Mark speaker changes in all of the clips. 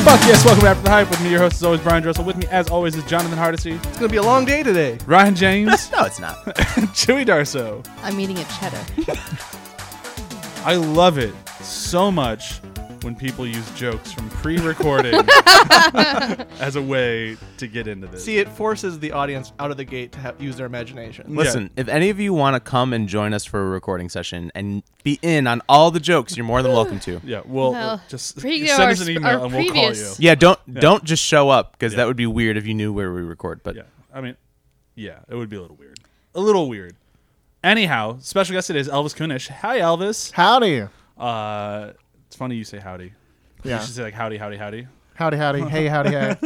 Speaker 1: Fuck yes, welcome back to the hype. With me, your host is always Brian Dressel. With me, as always, is Jonathan Hardesty,
Speaker 2: It's gonna be a long day today.
Speaker 1: Ryan James,
Speaker 2: No, it's not.
Speaker 1: Chewy Darso.
Speaker 3: I'm eating a cheddar.
Speaker 1: I love it so much when people use jokes from pre-recording as a way to get into this.
Speaker 2: See, it forces the audience out of the gate to ha- use their imagination.
Speaker 1: Yeah.
Speaker 4: Listen, if any of you want to come and join us for a recording session and be in on all the jokes, you're more than welcome to.
Speaker 1: yeah, we'll,
Speaker 3: Well,
Speaker 1: just
Speaker 3: pre-
Speaker 1: send us
Speaker 3: our-
Speaker 1: an email
Speaker 3: our
Speaker 1: and we'll
Speaker 3: previous-
Speaker 1: call you.
Speaker 4: Yeah, don't don't just show up because
Speaker 1: Yeah.
Speaker 4: that would be weird if you knew where we record. But
Speaker 1: Yeah, I mean, yeah, it would be a little weird. A little weird. Anyhow, special guest today is Elvis Kunish. Hi, Elvis.
Speaker 5: Howdy.
Speaker 1: Uh, it's funny you say howdy. You
Speaker 5: Yeah.
Speaker 1: should say like howdy, howdy, howdy.
Speaker 5: Howdy, howdy. Hey, howdy, hey.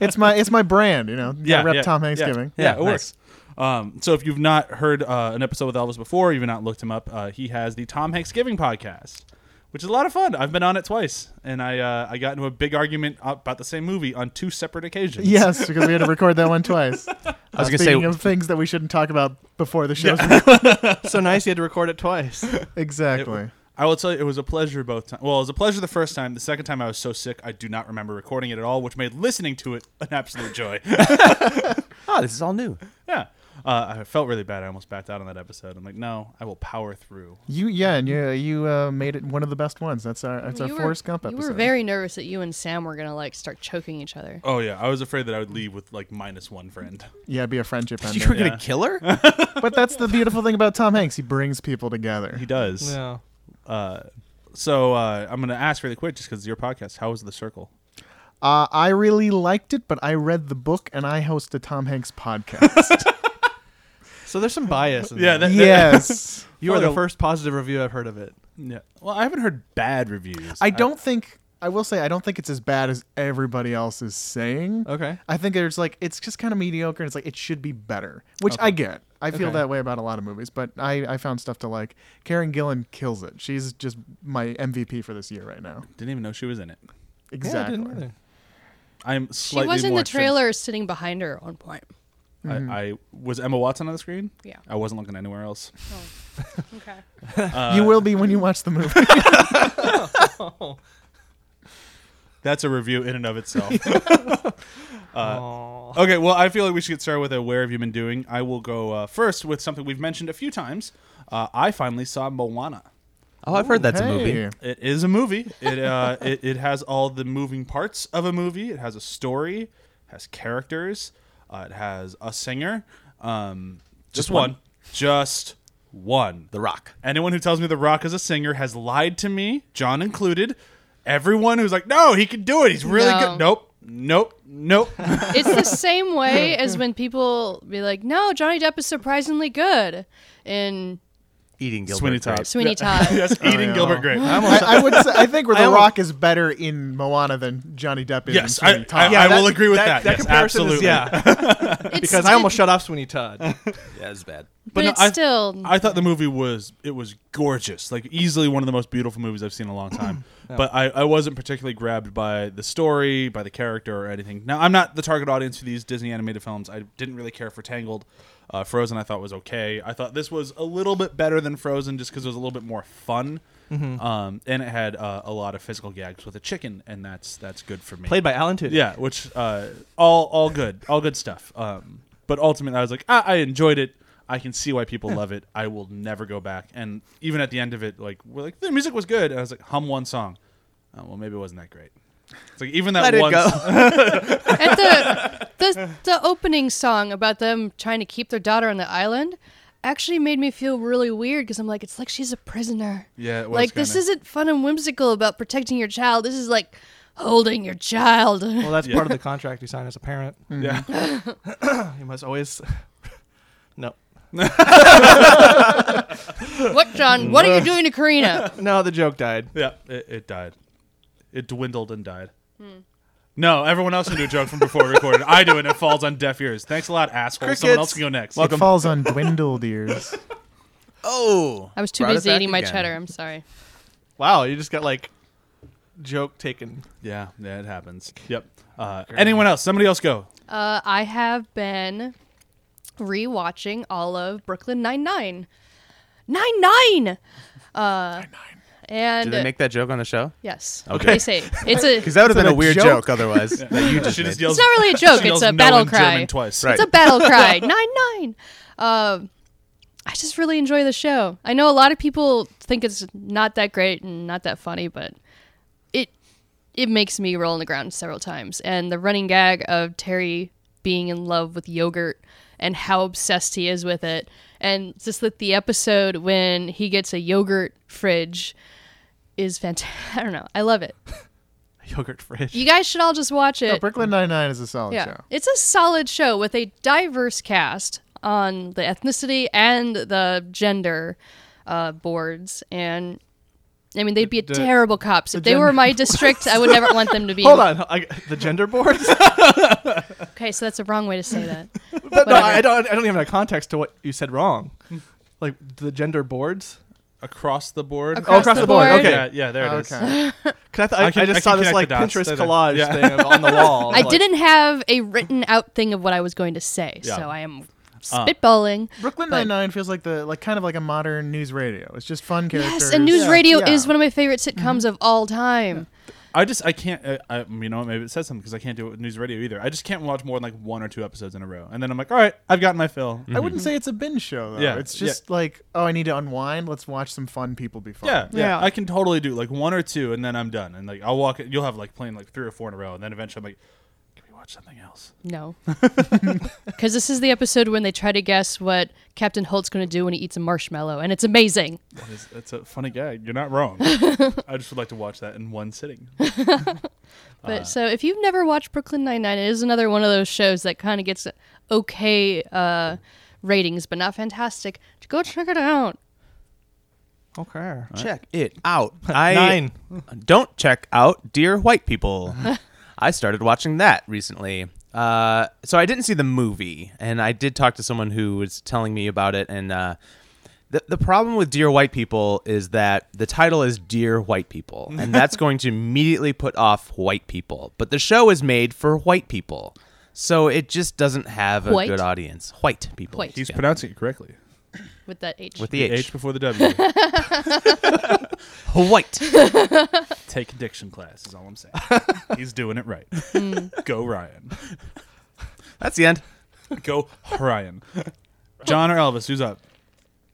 Speaker 5: it's my it's my brand, you know. Gotta Rep Tom Hanks
Speaker 1: yeah.
Speaker 5: giving.
Speaker 1: Yeah,
Speaker 4: Yeah,
Speaker 1: it
Speaker 4: nice.
Speaker 1: works. Um, so if you've not heard uh, an episode with Elvis before, you've not looked him up, uh, he has the Tom Hanks Giving podcast, which is a lot of fun. I've been on it twice, and I uh, I got into a big argument about the same movie on two separate occasions.
Speaker 5: Yes, because we had to record that one twice. I
Speaker 4: was gonna say-
Speaker 5: speaking of things that we shouldn't talk about before the show's
Speaker 2: so nice you had to record it twice.
Speaker 5: exactly.
Speaker 1: I will tell you, it was a pleasure both times. Well, it was a pleasure the first time. The second time, I was so sick, I do not remember recording it at all, which made listening to it an absolute joy.
Speaker 4: oh, this is all new.
Speaker 1: yeah. Uh, I felt really bad. I almost backed out on that episode. I'm like, no, I will power through.
Speaker 5: You yeah, and you you uh, made it one of the best ones. That's our that's our
Speaker 3: You were-
Speaker 5: Forrest Gump
Speaker 3: You
Speaker 5: episode.
Speaker 3: were very nervous that you and Sam were gonna like start choking each other.
Speaker 1: Oh yeah, I was afraid that I would leave with like minus one friend.
Speaker 5: yeah, it'd be a friendship
Speaker 4: You were
Speaker 5: ender.
Speaker 1: Yeah.
Speaker 4: gonna kill her?
Speaker 5: but that's the beautiful thing about Tom Hanks. He brings people together.
Speaker 1: He does.
Speaker 2: No.
Speaker 1: Uh, so uh, I'm going to ask really quick, just because your podcast. How was the circle?
Speaker 5: Uh, I really liked it, but I read the book and I host a Tom Hanks podcast.
Speaker 2: So there's some bias. In
Speaker 1: Yeah,
Speaker 2: There.
Speaker 1: that-
Speaker 5: yes.
Speaker 2: you are the
Speaker 1: Although-
Speaker 2: first positive review I've heard of it.
Speaker 1: Yeah. Well, I haven't heard bad reviews.
Speaker 5: I don't think I will say I don't think it's as bad as everybody else is saying.
Speaker 2: Okay.
Speaker 5: I think there's like it's just kind of mediocre and it's like it should be better, which I get. I feel
Speaker 2: Okay.
Speaker 5: that way about a lot of movies, but I, I found stuff to like. Karen Gillan kills it. She's just my MVP for this year right now.
Speaker 1: didn't even know she was in it.
Speaker 5: Exactly.
Speaker 1: I'm
Speaker 3: She
Speaker 1: slightly
Speaker 3: was in
Speaker 1: more
Speaker 3: the trailer sitting behind her at one point.
Speaker 1: interested- I, I was Emma Watson on the screen.
Speaker 3: Yeah.
Speaker 1: I wasn't looking anywhere else.
Speaker 3: Okay.
Speaker 5: you will be when you watch the movie.
Speaker 1: That's a review in and of itself. Uh, okay. Well, I feel like we should get started with a where have you been doing. I will go uh, first with something we've mentioned a few times. Uh, I finally saw Moana.
Speaker 4: Oh, I've heard that's a
Speaker 5: Hey.
Speaker 4: movie.
Speaker 1: It is a movie. It uh, it, it has all the moving parts of a movie. It has a story, has characters, uh, it has a singer. Um, just one. just one.
Speaker 4: The Rock.
Speaker 1: Anyone who tells me The Rock is a singer has lied to me, John included. Everyone who's like, no, he can do it. He's really
Speaker 3: No.
Speaker 1: good. Nope, nope, nope.
Speaker 3: it's the same way as when people be like, "No, Johnny Depp is surprisingly good in
Speaker 4: Eating Gilbert.
Speaker 1: Sweeney Todd.
Speaker 4: Grape.
Speaker 3: Sweeney Todd."
Speaker 1: yes, eating
Speaker 5: yeah.
Speaker 1: Gilbert Grape.
Speaker 5: I, I would. Say, I think where The
Speaker 2: almost-
Speaker 5: Rock is better in Moana than Johnny Depp is.
Speaker 1: Yes,
Speaker 5: in Sweeney
Speaker 1: I-
Speaker 5: Todd.
Speaker 1: I will agree with that.
Speaker 2: That,
Speaker 1: Yes,
Speaker 2: comparison is
Speaker 1: absolutely.
Speaker 2: yeah.
Speaker 3: It's
Speaker 2: Because I
Speaker 3: sti-
Speaker 2: almost shut off Sweeney Todd.
Speaker 4: Yeah, it's bad.
Speaker 3: but
Speaker 1: no,
Speaker 3: it's
Speaker 1: I-
Speaker 3: still.
Speaker 1: I thought the movie was it was gorgeous, like easily one of the most beautiful movies I've seen in a long time. But I, I wasn't particularly grabbed by the story, by the character, or anything. Now I'm not the target audience for these Disney animated films. I didn't really care for Tangled, uh, Frozen. I thought was okay. I thought this was a little bit better than Frozen, just because it was a little bit more fun, um, and it had uh, a lot of physical gags with a chicken, and that's that's good for me.
Speaker 2: Played by Alan Tudyk.
Speaker 1: Yeah, which uh, all all good, all good stuff. Um, but ultimately, I was like, ah, I enjoyed it. I can see why people love it. I will never go back. And even at the end of it, like we're like the music was good, and I was like, hum one song. Oh, well, maybe it wasn't that great. It's like even that
Speaker 4: Let
Speaker 1: one.
Speaker 4: it go.
Speaker 3: at the, the the opening song about them trying to keep their daughter on the island actually made me feel really weird because I'm like, it's like she's a prisoner.
Speaker 1: Yeah, it was
Speaker 3: like this
Speaker 1: kinda-
Speaker 3: isn't fun and whimsical about protecting your child. This is like holding your child.
Speaker 2: Well, that's part of the contract you sign as a parent.
Speaker 1: Yeah,
Speaker 2: You must always. no.
Speaker 3: what, John? What are you doing to Karina?
Speaker 2: No, the joke died.
Speaker 1: yeah, it, it died. It dwindled and died. No, everyone else can do a joke from before recorded. I do, it and it falls on deaf ears. Thanks a lot, asshole. Someone
Speaker 2: Crickets.
Speaker 1: else can go next.
Speaker 5: It falls on dwindled ears.
Speaker 4: Oh,
Speaker 3: I was too
Speaker 4: brought it
Speaker 3: busy
Speaker 4: back
Speaker 3: eating my
Speaker 4: again.
Speaker 3: cheddar. I'm sorry.
Speaker 2: Wow, you just got like joke taken.
Speaker 1: Yeah, yeah, it happens. Yep. Uh, anyone else? Somebody else go.
Speaker 3: Uh, I have been rewatching all of Brooklyn Nine Nine. Nine Nine. Uh, And
Speaker 4: Did they make that joke on the show?
Speaker 3: yes,
Speaker 4: Okay.
Speaker 3: they say it's a.
Speaker 4: Because that would have
Speaker 5: Is
Speaker 4: been
Speaker 5: that
Speaker 4: a
Speaker 5: a
Speaker 4: weird
Speaker 5: joke?
Speaker 4: joke, otherwise. that you just
Speaker 1: She just
Speaker 4: made.
Speaker 1: yells.
Speaker 3: It's not really a joke.
Speaker 1: she
Speaker 3: It's
Speaker 1: yells
Speaker 3: a
Speaker 1: no
Speaker 3: battle
Speaker 1: in
Speaker 3: cry.
Speaker 1: German twice.
Speaker 4: Right.
Speaker 3: It's a battle cry. nine nine. Um, I just really enjoy the show. I know a lot of people think it's not that great and not that funny, but it it makes me roll on the ground several times. And the running gag of Terry being in love with yogurt and how obsessed he is with it, and just that the episode when he gets a yogurt fridge is fantastic. I don't know. I love it.
Speaker 2: Yogurt fridge.
Speaker 3: You guys should all just watch it.
Speaker 5: No, Brooklyn Nine Nine is a solid
Speaker 3: Yeah.
Speaker 5: show.
Speaker 3: It's a solid show with a diverse cast on the ethnicity and the gender uh, boards. And I mean, they'd be
Speaker 2: The-
Speaker 3: terrible cops. If
Speaker 5: the
Speaker 3: they were
Speaker 5: gender
Speaker 3: my district, I would never want them to be.
Speaker 2: Hold on, I, the gender boards.
Speaker 3: Okay, so that's the wrong way to say that.
Speaker 2: but no,
Speaker 3: Whatever.
Speaker 2: I don't. I don't even have context to what you said wrong. Like the gender boards.
Speaker 1: Across the board.
Speaker 3: Across
Speaker 2: across the board, okay.
Speaker 1: Yeah, yeah, there it is.
Speaker 5: Okay.
Speaker 2: Cause I, th- I,
Speaker 1: I can-
Speaker 2: I
Speaker 1: I
Speaker 2: just
Speaker 1: can
Speaker 2: saw this like
Speaker 1: connect the dots. They're
Speaker 2: Pinterest
Speaker 1: there.
Speaker 2: collage
Speaker 1: Yeah.
Speaker 2: thing of, on the wall.
Speaker 3: I
Speaker 2: Like,
Speaker 3: didn't have a written out thing of what I was going to say,
Speaker 1: Yeah.
Speaker 3: so I am
Speaker 2: Uh.
Speaker 3: spitballing.
Speaker 5: Brooklyn
Speaker 3: But-
Speaker 5: Nine Nine feels like the like kind of like a modern news radio. It's just fun characters.
Speaker 3: yes, and news
Speaker 5: Yeah.
Speaker 3: radio
Speaker 5: Yeah.
Speaker 3: is one of my favorite sitcoms
Speaker 2: Mm-hmm.
Speaker 3: of all time.
Speaker 1: I just I can't. I, I you know what, maybe it says something because I can't do it with news radio either. I just can't watch more than like one or two episodes in a row, and then I'm like, all right, I've gotten my fill.
Speaker 5: I wouldn't say it's a binge show though.
Speaker 1: Yeah,
Speaker 5: it's just like oh, I need to unwind. Let's watch some fun people be fun.
Speaker 1: Yeah, yeah,
Speaker 3: Yeah.
Speaker 1: I can totally do like one or two, and then I'm done. And like I'll walk. You'll have like playing like three or four in a row, and then eventually I'm like, can we watch something else?
Speaker 3: No. Because this is the episode when they try to guess what Captain Holt's going to do when he eats a marshmallow, and it's amazing.
Speaker 1: That is, that's a funny gag. You're not wrong. I just would like to watch that in one sitting.
Speaker 3: But
Speaker 2: Uh.
Speaker 3: so if you've never watched Brooklyn Nine Nine, it is another one of those shows that kind of gets okay uh, ratings, but not fantastic. Go check it out.
Speaker 2: Okay.
Speaker 4: Check it out. I
Speaker 2: Nine.
Speaker 4: don't check out Dear White People. I started watching that recently. Uh, so I didn't see the movie, and I did talk to someone who was telling me about it. And uh, the the problem with Dear White People is that the title is Dear White People, and that's going to immediately put off white people. But the show is made for white people, so it just doesn't have a
Speaker 3: White?
Speaker 4: good audience. White people.
Speaker 3: White.
Speaker 1: He's
Speaker 4: Yeah.
Speaker 1: pronouncing it correctly.
Speaker 3: With that H.
Speaker 4: with the
Speaker 1: The H
Speaker 4: H.
Speaker 1: before the W.
Speaker 4: White.
Speaker 1: Take a diction class is all I'm saying. He's doing it right. Go Ryan.
Speaker 4: That's the end.
Speaker 1: Go Ryan. John or Elvis, who's up?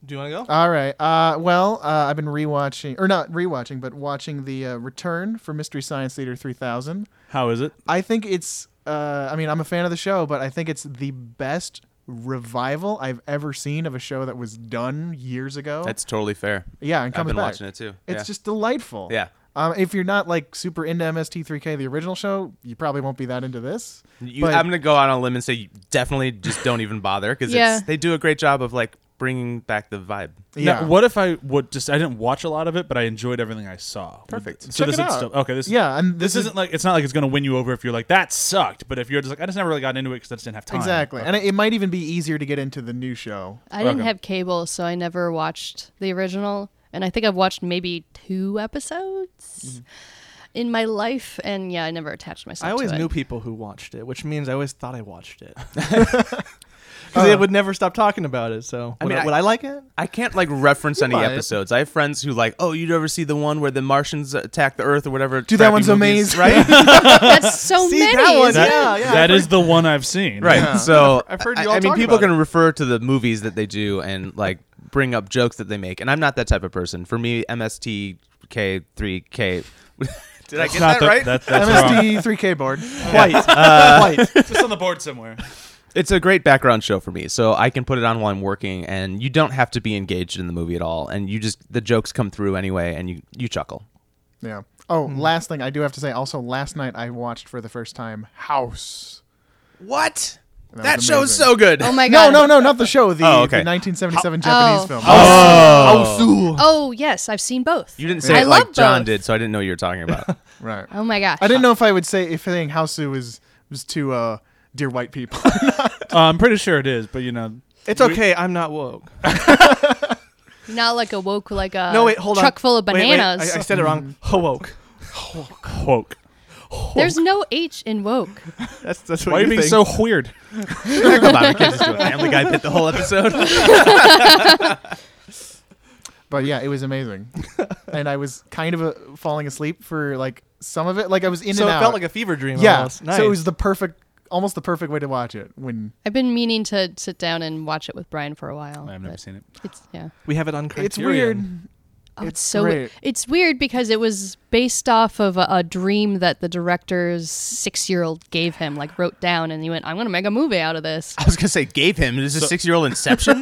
Speaker 2: Do you want to go?
Speaker 5: All right. Uh, well, uh, I've been rewatching, or not rewatching, but watching the uh, Return for Mystery Science Theater 3000.
Speaker 1: How is it?
Speaker 5: I think it's. Uh, I mean, I'm a fan of the show, but I think it's the best revival I've ever seen of a show that was done years ago.
Speaker 4: That's totally fair.
Speaker 5: yeah, and
Speaker 4: I've
Speaker 5: comes
Speaker 4: been
Speaker 5: back.
Speaker 4: watching it too.
Speaker 5: It's
Speaker 4: Yeah.
Speaker 5: just delightful.
Speaker 4: Yeah.
Speaker 5: Um, if you're not like super into MST3K, the original show, you probably won't be that into this.
Speaker 4: You,
Speaker 5: but-
Speaker 4: I'm gonna go out on a limb and say you definitely just don't even bother because
Speaker 3: Yeah.
Speaker 4: it's they do a great job of like bringing back the vibe.
Speaker 1: Now, what if I would just I didn't watch a lot of it, but I enjoyed everything I saw. Perfect. So
Speaker 5: Check
Speaker 1: this
Speaker 5: it
Speaker 1: is
Speaker 5: out.
Speaker 1: still okay. This
Speaker 5: Yeah, and
Speaker 1: This,
Speaker 5: this is-
Speaker 1: isn't like it's not like it's gonna win you over if you're like that sucked, but if you're just like I just never really got into it because I just didn't have time.
Speaker 4: Oh.
Speaker 5: Exactly. And it, it might even be easier to get into the new show.
Speaker 3: I didn't
Speaker 1: Okay.
Speaker 3: have cable, so I never watched the original, and I think I've watched maybe two episodes in my life, and yeah, I never attached myself.
Speaker 2: Mm-hmm. I always
Speaker 3: to it.
Speaker 2: knew people who watched it, which means I always thought I watched it. Because they would never stop talking about it. So would I,
Speaker 4: mean, I-
Speaker 2: would I like it?
Speaker 4: I can't like reference any
Speaker 5: might.
Speaker 4: episodes. I have friends who like, oh, you'd ever see the one where the Martians attack the Earth or whatever.
Speaker 5: Dude, that
Speaker 4: crappy
Speaker 5: one's
Speaker 4: movies,
Speaker 5: amazing.
Speaker 4: right?
Speaker 3: That's so
Speaker 2: See,
Speaker 3: many.
Speaker 2: that one-
Speaker 3: isn't
Speaker 1: That,
Speaker 3: it?
Speaker 2: Yeah, yeah,
Speaker 1: that is the one I've seen.
Speaker 4: right. So
Speaker 5: I've heard you
Speaker 4: I-
Speaker 5: all
Speaker 4: I, mean,
Speaker 5: talk
Speaker 4: people
Speaker 5: about
Speaker 4: can refer to the movies that they do and like bring up jokes that they make, and I'm not that type of person. For me, MSTK three K. Did I
Speaker 1: That's
Speaker 4: get
Speaker 1: not
Speaker 4: that
Speaker 1: the,
Speaker 4: right?
Speaker 1: That, that's wrong.
Speaker 5: MST3K board.
Speaker 2: White. White.
Speaker 1: It's on the board somewhere.
Speaker 4: it's a great background show for me so i can put it on while i'm working and you don't have to be engaged in the movie at all and you just the jokes come through anyway and you you chuckle
Speaker 5: Yeah. Oh,
Speaker 4: Hmm.
Speaker 5: last thing I do have to say. Also, last night I watched for the first time House.
Speaker 4: what
Speaker 5: That
Speaker 4: that,
Speaker 5: was
Speaker 4: show is
Speaker 5: amazing.
Speaker 4: so good
Speaker 3: Oh my
Speaker 5: No,
Speaker 3: god.
Speaker 5: no, no, not the show. The,
Speaker 4: Oh, okay.
Speaker 5: the 1977 Japanese
Speaker 3: Oh.
Speaker 5: film.
Speaker 3: Oh yes, I've seen both.
Speaker 4: you didn't say
Speaker 3: I
Speaker 4: it
Speaker 3: love
Speaker 4: like john
Speaker 3: both.
Speaker 4: did so i didn't know what you were talking about
Speaker 5: Right.
Speaker 3: Oh my gosh.
Speaker 5: I didn't know if I would say if saying Houseu was was too uh, dear white people.
Speaker 1: Uh, I'm pretty sure it is, but you know,
Speaker 2: It's okay. I'm not woke.
Speaker 3: Not like a woke, like a
Speaker 2: No, wait, hold on.
Speaker 3: truck full of
Speaker 2: Wait, wait,
Speaker 3: bananas.
Speaker 2: I, I said it wrong.
Speaker 1: Mm-hmm.
Speaker 2: Woke.
Speaker 1: woke.
Speaker 3: There's no H in woke.
Speaker 2: That's that's what
Speaker 1: Why are you being
Speaker 2: think.
Speaker 1: so weird?
Speaker 4: come on we can't just do a family guy bit the whole episode
Speaker 5: but yeah, it was amazing. and I was kind of uh falling asleep for like some of it. Like I was in
Speaker 2: so
Speaker 5: and
Speaker 2: it
Speaker 5: out.
Speaker 2: felt like a fever dream.
Speaker 5: yeah.
Speaker 2: almost. Nice.
Speaker 5: So it was the perfect, almost the perfect way to watch it. When
Speaker 3: I've been meaning to sit down and watch it with Brian for a while.
Speaker 1: I've never
Speaker 3: but
Speaker 1: seen it.
Speaker 3: It's yeah.
Speaker 2: we have it on Criterion.
Speaker 5: it's weird.
Speaker 3: Oh, it's,
Speaker 5: It's
Speaker 3: so we-
Speaker 5: great.
Speaker 3: it's weird because it was based off of a, a dream that the director's six-year-old gave him, like wrote down, and he went, "I'm gonna make a movie out of this."
Speaker 4: I was gonna say gave him. Is this six year old Inception?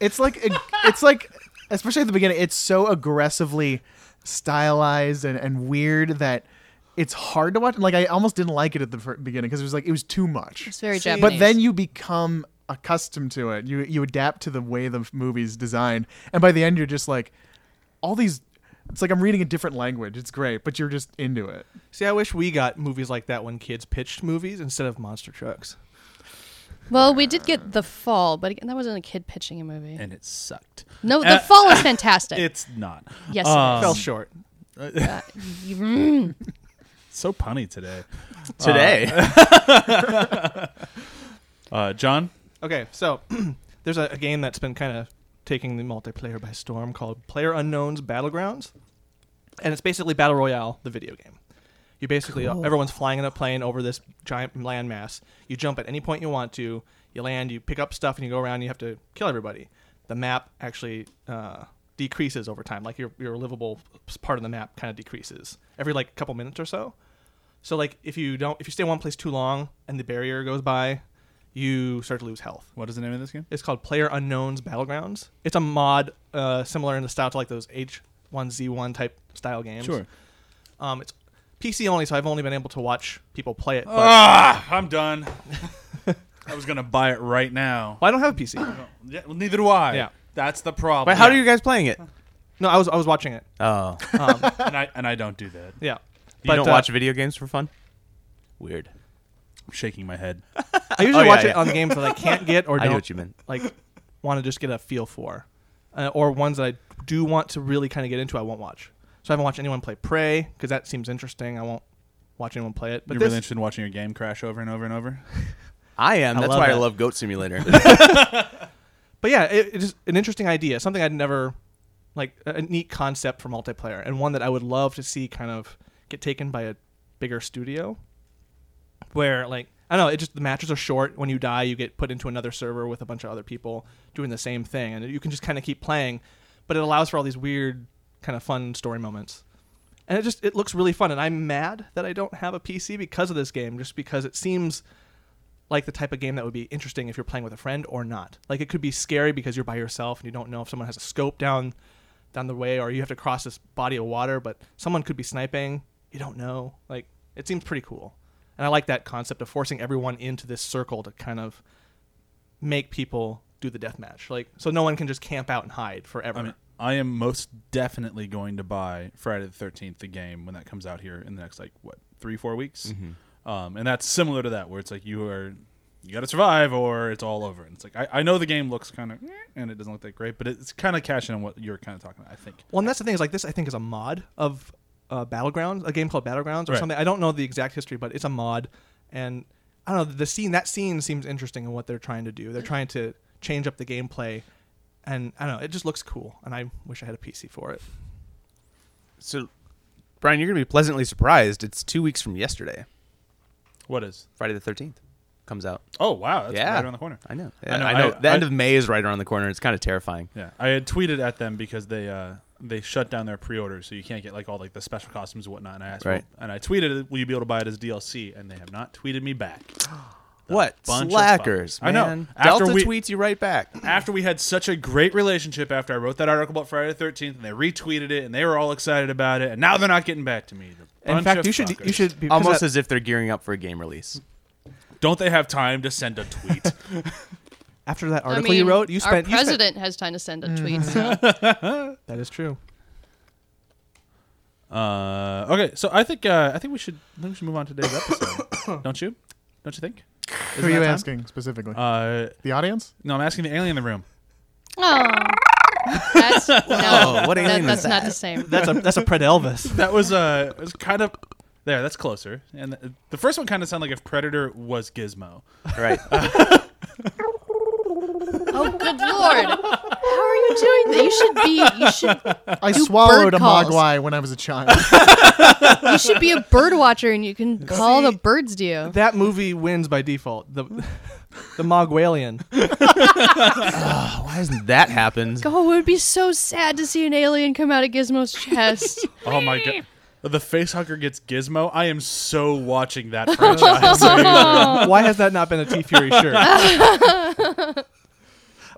Speaker 5: It's like it- it's like especially at the beginning. It's so aggressively stylized and, and weird that it's hard to watch. Like I almost didn't like it at the fir- beginning because it was like it was too much.
Speaker 3: It's very
Speaker 2: See,
Speaker 3: Japanese.
Speaker 5: But then you become accustomed to it. You you adapt to the way the movie's designed, and by the end you're just like, all these. It's like I'm reading a different language. It's great, but you're just into it.
Speaker 2: See, I wish we got movies like that when kids pitched movies instead of monster trucks.
Speaker 3: well, we did get The Fall, but again, that wasn't a kid pitching a movie.
Speaker 1: and it sucked.
Speaker 3: no, The
Speaker 1: Uh,
Speaker 3: Fall is fantastic.
Speaker 1: It's not.
Speaker 3: yes,
Speaker 1: um,
Speaker 2: Fell short.
Speaker 3: it is. Mm.
Speaker 1: So punny today.
Speaker 4: Today.
Speaker 1: Uh, John,
Speaker 2: Okay, so there's a, a game that's been kind of taking the multiplayer by storm called Player Unknown's Battlegrounds, and it's basically Battle Royale, the video game. You basically everyone's flying in a plane over this giant landmass. You jump at any point you want to. You land. You pick up stuff, and you go around. And you have to kill everybody. The map actually uh, decreases over time. Like your your livable part of the map kind of decreases every like couple minutes or so. So like if you don't if you stay in one place too long and the barrier goes by, you start to lose health.
Speaker 1: what is the name of this game?
Speaker 2: It's called Player Unknown's Battlegrounds. It's a mod uh, similar in the style to like those H1Z1 type style games.
Speaker 1: Sure.
Speaker 2: Um, it's PC only, so I've only been able to watch people play it. But,
Speaker 1: Ah, I'm done. I was gonna buy it right now.
Speaker 2: well, I don't have a PC.
Speaker 1: Yeah, well, neither do I.
Speaker 2: Yeah.
Speaker 1: That's the problem.
Speaker 4: Wait, how are you guys playing it?
Speaker 2: No, I was I was watching it.
Speaker 4: Oh, you
Speaker 1: and I and I don't do that.
Speaker 2: Yeah. but,
Speaker 4: don't
Speaker 2: uh,
Speaker 4: watch video games for fun? Weird.
Speaker 1: I'm shaking my head.
Speaker 2: I usually
Speaker 4: Oh, yeah,
Speaker 2: watch it
Speaker 4: yeah.
Speaker 2: on games that I can't get or
Speaker 4: I
Speaker 2: don't
Speaker 4: know what you meant.
Speaker 2: like want to just get a feel for, uh, or ones that I do want to really kind of get into. I won't watch. So I haven't watched anyone play Prey because that seems interesting. I won't watch anyone play it. But
Speaker 1: You're
Speaker 2: this,
Speaker 1: really interested in watching your game crash over and over and over.
Speaker 4: I am.
Speaker 2: I
Speaker 4: That's
Speaker 2: love
Speaker 4: why I
Speaker 2: it.
Speaker 4: love Goat Simulator.
Speaker 2: but yeah, it, it is an interesting idea, something I'd never like a a neat concept for multiplayer, and one that I would love to see kind of get taken by a bigger studio, where like I don't know, it just the matches are short. When you die, you get put into another server with a bunch of other people doing the same thing, and you can just kind of keep playing. But it allows for all these weird kind of fun story moments, and it just it looks really fun. And I'm mad that I don't have a PC because of this game, just because it seems like the type of game that would be interesting if you're playing with a friend or not. Like it could be scary because you're by yourself and you don't know if someone has a scope down down the way or you have to cross this body of water, but someone could be sniping. You don't know. Like it seems pretty cool. And I like that concept of forcing everyone into this circle to kind of make people do the death match. Like so no one can just camp out and hide forever.
Speaker 1: I mean, I am most definitely going to buy Friday the Thirteenth, the game, when that comes out here in the next like what three four weeks. Um, and that's similar to that, where it's like you are you got to survive or it's all over. And it's like I, I know the game looks kind of and it doesn't look that great, but it's kind of cashing on what you're kind of talking about. I think.
Speaker 2: Well, and that's the thing is like this. I think is a mod of uh, Battlegrounds, a game called Battlegrounds or
Speaker 1: Right.
Speaker 2: something. I don't know the exact history, but it's a mod, and I don't know the scene. That scene seems interesting in what they're trying to
Speaker 3: Mm.
Speaker 2: do. They're trying to change up the gameplay, and I don't know. It just looks cool, and I wish I had a PC for it.
Speaker 4: so, Brian, you're gonna be pleasantly surprised. It's two weeks from yesterday,
Speaker 1: What is?
Speaker 4: Friday the thirteenth, comes out.
Speaker 1: Oh wow, that's
Speaker 4: Yeah.
Speaker 1: right around the corner.
Speaker 4: I know.
Speaker 1: I
Speaker 4: I
Speaker 1: know,
Speaker 4: know.
Speaker 1: I-
Speaker 4: the end
Speaker 1: I-
Speaker 4: of May is right around the corner. It's kind of terrifying.
Speaker 1: Yeah, I had tweeted at them because they uh, they shut down their pre-orders, so you can't get like all like the special costumes and whatnot. And I asked,
Speaker 4: Right.
Speaker 1: well- and I tweeted, "Will you be able to buy it as DLC?" And they have not tweeted me back.
Speaker 4: What
Speaker 1: bunch of
Speaker 4: slackers?
Speaker 1: fuckers. I know.
Speaker 4: man.
Speaker 1: After
Speaker 4: Delta
Speaker 1: we-
Speaker 4: tweets you right back.
Speaker 1: After we had such a great relationship, after I wrote that article about Friday the Thirteenth, and they retweeted it, and they were all excited about it, and now they're not getting back to me. The
Speaker 2: in
Speaker 1: bunch
Speaker 2: fact,
Speaker 1: of
Speaker 2: you should you
Speaker 1: fuckers.
Speaker 2: should be
Speaker 4: Almost
Speaker 2: that-
Speaker 4: as if they're gearing up for a game release.
Speaker 1: Don't they have time to send a tweet?
Speaker 2: after that
Speaker 3: I
Speaker 2: article
Speaker 3: mean,
Speaker 2: you wrote. You
Speaker 3: our
Speaker 2: spent you spent-
Speaker 3: president has time to send a tweet. so-
Speaker 2: that is true.
Speaker 1: uh, okay, so I think uh, I think we should I think we should move on to today's episode. Don't you? Don't you think?
Speaker 5: Who are you
Speaker 1: that time?
Speaker 5: asking specifically?
Speaker 1: Uh,
Speaker 5: the audience?
Speaker 1: no, I'm asking the alien in the room.
Speaker 3: Oh, that's no,
Speaker 4: what
Speaker 3: that-
Speaker 4: alien
Speaker 3: that's
Speaker 4: is that?
Speaker 3: not the same.
Speaker 2: That's a that's a Pred Elvis.
Speaker 1: That was uh, it was kind of there. That's closer. And the, the first one kind of sounded like if Predator was Gizmo.
Speaker 4: Right.
Speaker 3: Oh, good lord! How are you doing that? You should be. You should.
Speaker 5: I
Speaker 3: Do
Speaker 5: swallowed
Speaker 3: bird
Speaker 5: a
Speaker 3: calls.
Speaker 5: mogwai when I was a child.
Speaker 3: You should be a bird watcher, and you can call the birds to you.
Speaker 2: That movie wins by default. The the Mogwalian.
Speaker 4: Why hasn't that happened?
Speaker 3: Oh, it would be so sad to see an alien come out of Gizmo's chest.
Speaker 1: Oh my god. The facehugger gets Gizmo. I am so watching that franchise.
Speaker 2: Why has that not been a T Fury shirt?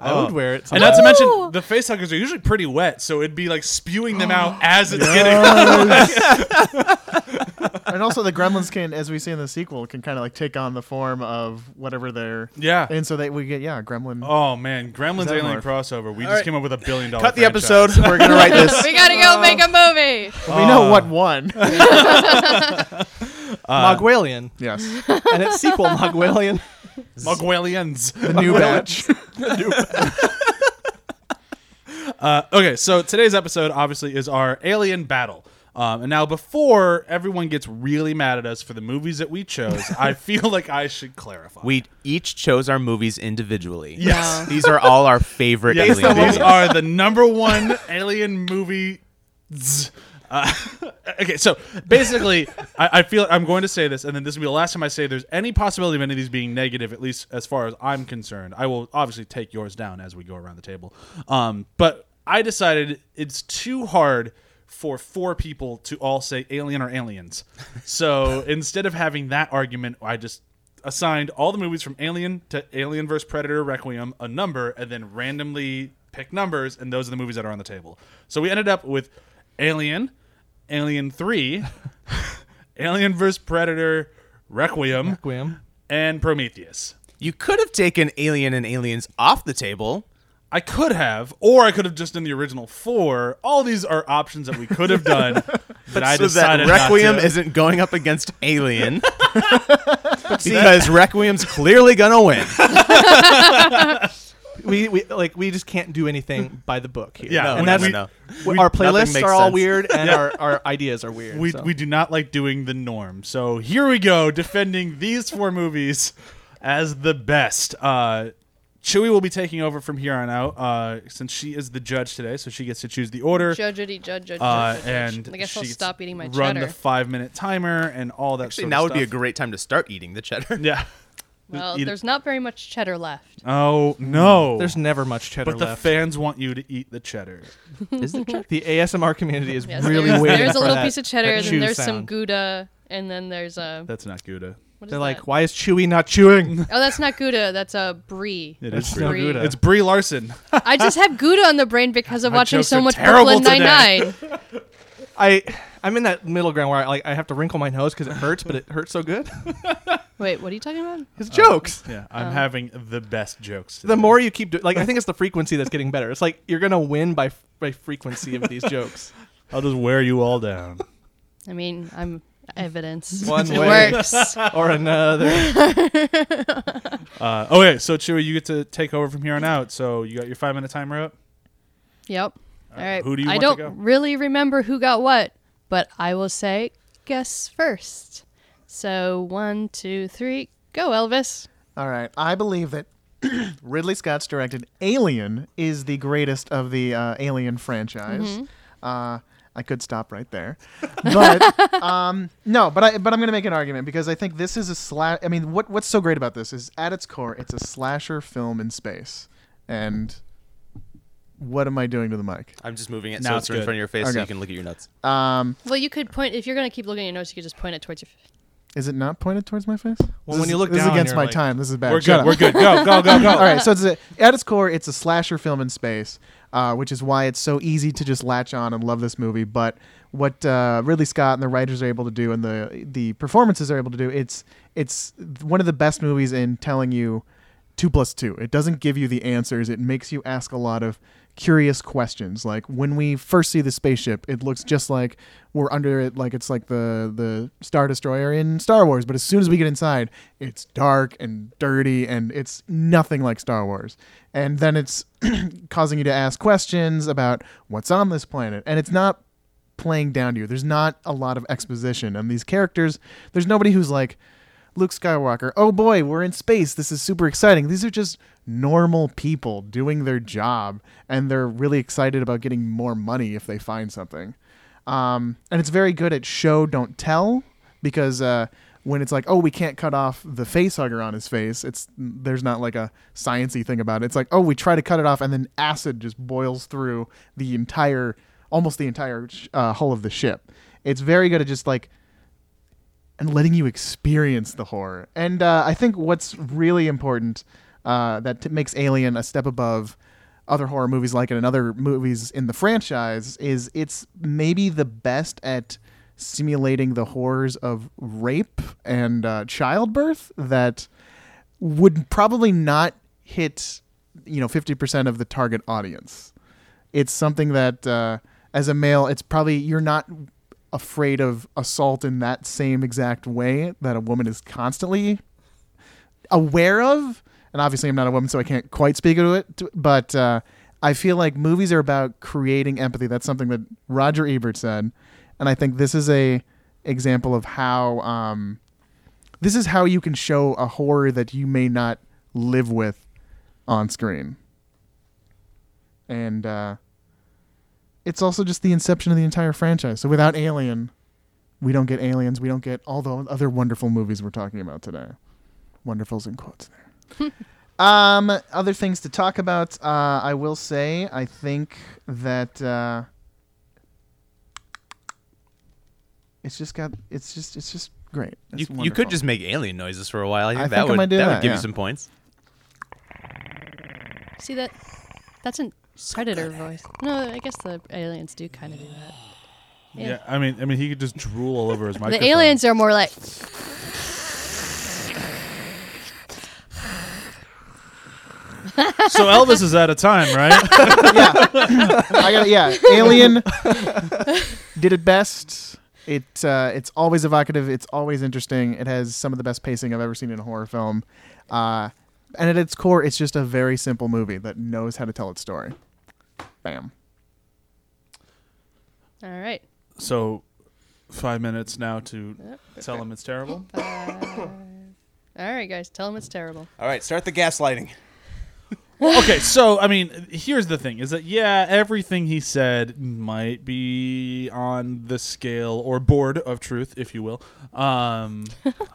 Speaker 2: I would wear it.
Speaker 1: Oh. and not to
Speaker 3: Ooh.
Speaker 4: Oh.
Speaker 1: mention, the facehuggers are usually pretty wet, so it'd be like spewing them out as it's getting.
Speaker 5: and also the gremlins can, as we see in the sequel, can kind of like take on the form of whatever they're.
Speaker 1: Yeah.
Speaker 5: And so they we get yeah gremlin.
Speaker 1: Oh man, Gremlins
Speaker 5: that
Speaker 1: Alien
Speaker 5: Marv?
Speaker 1: crossover. We just
Speaker 4: right.
Speaker 1: came up with a billion dollar.
Speaker 4: Cut the
Speaker 1: franchise.
Speaker 4: episode. We're gonna write this.
Speaker 3: we gotta go make a movie.
Speaker 5: we know
Speaker 1: Uh.
Speaker 5: what one.
Speaker 2: Mogwalian.
Speaker 5: yes,
Speaker 2: and its sequel, Mogwalian.
Speaker 1: Mugwalians.
Speaker 5: the new batch.
Speaker 1: Uh, okay, so today's episode obviously is our alien battle. Um, and now, before everyone gets really mad at us for the movies that we chose, I feel like I should clarify.
Speaker 4: We each chose our movies individually.
Speaker 1: Yes.
Speaker 4: These are all our favorite
Speaker 1: Yes,
Speaker 4: alien
Speaker 1: these
Speaker 4: movies.
Speaker 1: are the number one alien movie. zzz. Uh, okay, so basically, I, I feel I'm going to say this, and then this will be the last time I say there's any possibility of any of these being negative, at least as far as I'm concerned. I will obviously take yours down as we go around the table. Um, but I decided it's too hard for four people to all say alien or aliens. So instead of having that argument, I just assigned all the movies from Alien to Alien vs. Predator Requiem a number and then randomly pick numbers, and those are the movies that are on the table. So we ended up with Alien, Alien 3, Alien vs. Predator Requiem,
Speaker 2: Gwam.
Speaker 1: and Prometheus.
Speaker 4: You could have taken Alien and Aliens off the table.
Speaker 1: I could have, or I could have just done the original four. All these are options that we could have done. but I
Speaker 4: so
Speaker 1: decided
Speaker 4: that
Speaker 1: not
Speaker 4: Requiem
Speaker 1: to.
Speaker 4: isn't going up against Alien. because Requiem's clearly gonna win.
Speaker 2: We, we like we just can't do anything by the book here.
Speaker 1: Yeah,
Speaker 2: and
Speaker 1: we-
Speaker 2: that's
Speaker 1: we-
Speaker 2: we- our
Speaker 4: nothing
Speaker 2: playlists
Speaker 4: makes
Speaker 2: are all
Speaker 4: sense.
Speaker 2: weird, and our, our ideas are weird.
Speaker 1: we,
Speaker 2: so.
Speaker 1: we do not like doing the norm. So here we go, defending these four movies as the best. Uh, Chewy will be taking over from here on out uh, since she is the judge today, so she gets to choose the order.
Speaker 3: Judgeity judge, judge,
Speaker 1: Uh,
Speaker 3: judge, judge.
Speaker 1: and
Speaker 3: I guess
Speaker 1: she
Speaker 3: I'll
Speaker 1: gets
Speaker 3: stop eating my
Speaker 1: run
Speaker 3: cheddar.
Speaker 1: the five minute timer and all that.
Speaker 4: Actually,
Speaker 1: sort
Speaker 4: now
Speaker 1: of
Speaker 4: would be a
Speaker 1: stuff.
Speaker 4: great time to start eating the cheddar.
Speaker 1: yeah.
Speaker 3: well,
Speaker 1: eat it.
Speaker 3: there's not very much cheddar left.
Speaker 1: Oh no,
Speaker 2: Mm, There's never much cheddar
Speaker 1: but the
Speaker 2: left.
Speaker 1: fans want you to eat the cheddar.
Speaker 4: Is it cheddar?
Speaker 2: the ASMR community is
Speaker 3: Yes,
Speaker 2: really
Speaker 3: there's,
Speaker 2: waiting
Speaker 3: there's
Speaker 2: for
Speaker 3: a little
Speaker 2: that-
Speaker 3: piece of cheddar,
Speaker 2: that
Speaker 3: and
Speaker 2: chew
Speaker 3: then there's some
Speaker 2: sound.
Speaker 3: gouda, and then there's a.
Speaker 1: That's not Gouda.
Speaker 3: What is
Speaker 2: They're
Speaker 3: that?
Speaker 2: like, why is Chewy not chewing?
Speaker 3: Oh, that's not Gouda. That's a brie.
Speaker 1: It
Speaker 2: That's
Speaker 1: is
Speaker 2: no
Speaker 1: Brie.
Speaker 2: Gouda.
Speaker 1: It's Brie Larson.
Speaker 3: I just have Gouda on the brain because of
Speaker 1: My
Speaker 3: watching
Speaker 1: jokes
Speaker 3: so
Speaker 1: are
Speaker 3: much
Speaker 1: terrible
Speaker 3: Brooklyn Nine
Speaker 1: today.
Speaker 3: Nine.
Speaker 2: I I'm in that middle ground where I like I have to wrinkle my nose because it hurts, but it hurts so good.
Speaker 3: Wait, what are you talking about?
Speaker 2: His
Speaker 1: Oh.
Speaker 2: jokes.
Speaker 1: yeah, I'm
Speaker 3: Um,
Speaker 1: having the best jokes.
Speaker 2: The
Speaker 1: today.
Speaker 2: more you keep doing, like I think it's the frequency that's getting better. It's like you're gonna win by by frequency of these jokes.
Speaker 1: I'll just wear you all down.
Speaker 3: I mean, I'm evidence.
Speaker 2: One
Speaker 3: it
Speaker 2: way.
Speaker 3: works.
Speaker 2: or another.
Speaker 1: Uh, okay, so Chewy, you get to take over from here on out. So you got your five minute timer up.
Speaker 3: Yep. All right.
Speaker 1: who do you
Speaker 3: I
Speaker 1: want to
Speaker 3: don't
Speaker 1: go?
Speaker 3: really remember who got what, but I will say guess first. So one, two, three, go, Elvis.
Speaker 5: All right. I believe that Ridley Scott's directed Alien is the greatest of the uh, Alien franchise. Uh, I could stop right there, but um, no. But I but I'm gonna make an argument because I think this is a slash. I mean, what what's so great about this is at its core, it's a slasher film in space. And what am I doing to the mic?
Speaker 4: I'm just moving it
Speaker 1: Now
Speaker 4: so it's
Speaker 1: it's
Speaker 4: right in
Speaker 1: good.
Speaker 4: front of your face so
Speaker 5: Okay.
Speaker 4: you can look at your nuts.
Speaker 5: Um,
Speaker 3: Well, you could point if you're gonna keep looking at your nose, you could just point it towards your.
Speaker 5: is it not pointed towards my face?
Speaker 2: Well,
Speaker 5: This
Speaker 2: when
Speaker 5: is-
Speaker 2: you look
Speaker 5: this
Speaker 2: down,
Speaker 5: is against
Speaker 2: you're
Speaker 5: my
Speaker 2: like,
Speaker 5: time. This is bad.
Speaker 1: we're
Speaker 5: Shut
Speaker 1: good.
Speaker 5: up.
Speaker 1: We're good. Go, go, go, go.
Speaker 5: All right, so it's a, at its core, it's a slasher film in space, uh, which is why it's so easy to just latch on and love this movie. But what uh, Ridley Scott and the writers are able to do, and the the performances are able to do, it's it's one of the best movies in telling you two plus two. It doesn't give you the answers. It makes you ask a lot of curious questions. Like when we first see the spaceship, it looks just like we're under it, like it's like the the Star Destroyer in Star Wars. But as soon as we get inside, it's dark and dirty, and it's nothing like Star Wars. And then it's causing you to ask questions about what's on this planet, and it's not playing down to you. There's not a lot of exposition, and these characters, there's nobody who's like, Luke Skywalker. Oh boy, we're in space. This is super exciting. These are just normal people doing their job, and they're really excited about getting more money if they find something. Um, and it's very good at show don't tell because uh, when it's like, oh, we can't cut off the face hugger on his face, it's there's not like a sciency thing about it. It's like, oh, we try to cut it off, and then acid just boils through the entire, almost the entire sh- uh, hull of the ship. It's very good at just like and letting you experience the horror. And uh, I think what's really important uh, that t- makes Alien a step above other horror movies like it and other movies in the franchise is it's maybe the best at simulating the horrors of rape and uh, childbirth that would probably not hit you know 50% of the target audience it's something that uh, as a male it's probably you're not afraid of assault in that same exact way that a woman is constantly aware of and obviously i'm not a woman so i can't quite speak to it t- but uh, i feel like movies are about creating empathy that's something that roger ebert said and i think this is a example of how um, this is how you can show a horror that you may not live with on screen and uh, it's also just the inception of the entire franchise. So without Alien, we don't get Aliens. We don't get all the other wonderful movies we're talking about today. Wonderfuls in quotes there. um, other things to talk about. Uh, I will say, I think that uh, it's just got. It's just. It's just great.
Speaker 4: You,
Speaker 5: It's
Speaker 4: you
Speaker 5: wonderful.
Speaker 4: could just make alien noises for a while. I think
Speaker 5: I
Speaker 4: that
Speaker 5: think I
Speaker 4: would
Speaker 5: might do
Speaker 4: that, would
Speaker 5: that,
Speaker 4: give
Speaker 5: yeah.
Speaker 4: you some points.
Speaker 3: See that? That's a predator voice. No, I guess the aliens do kind of do that.
Speaker 1: Yeah. I mean, I mean, he could just drool all over his microphone.
Speaker 3: The aliens are more like.
Speaker 1: So Elvis is out of time, right?
Speaker 5: I got yeah. Alien did it best. It uh, it's always evocative. It's always interesting. It has some of the best pacing I've ever seen in a horror film. Uh, and at its core, it's just a very simple movie that knows how to tell its story. Bam.
Speaker 3: All right.
Speaker 1: so, five minutes now to
Speaker 3: Yep.
Speaker 1: tell him it's terrible.
Speaker 3: uh, All right, guys. Tell them it's terrible.
Speaker 4: All right, start the gaslighting.
Speaker 1: okay, so I mean, here's the thing: is that yeah, everything he said might be on the scale or board of truth, if you will. Um,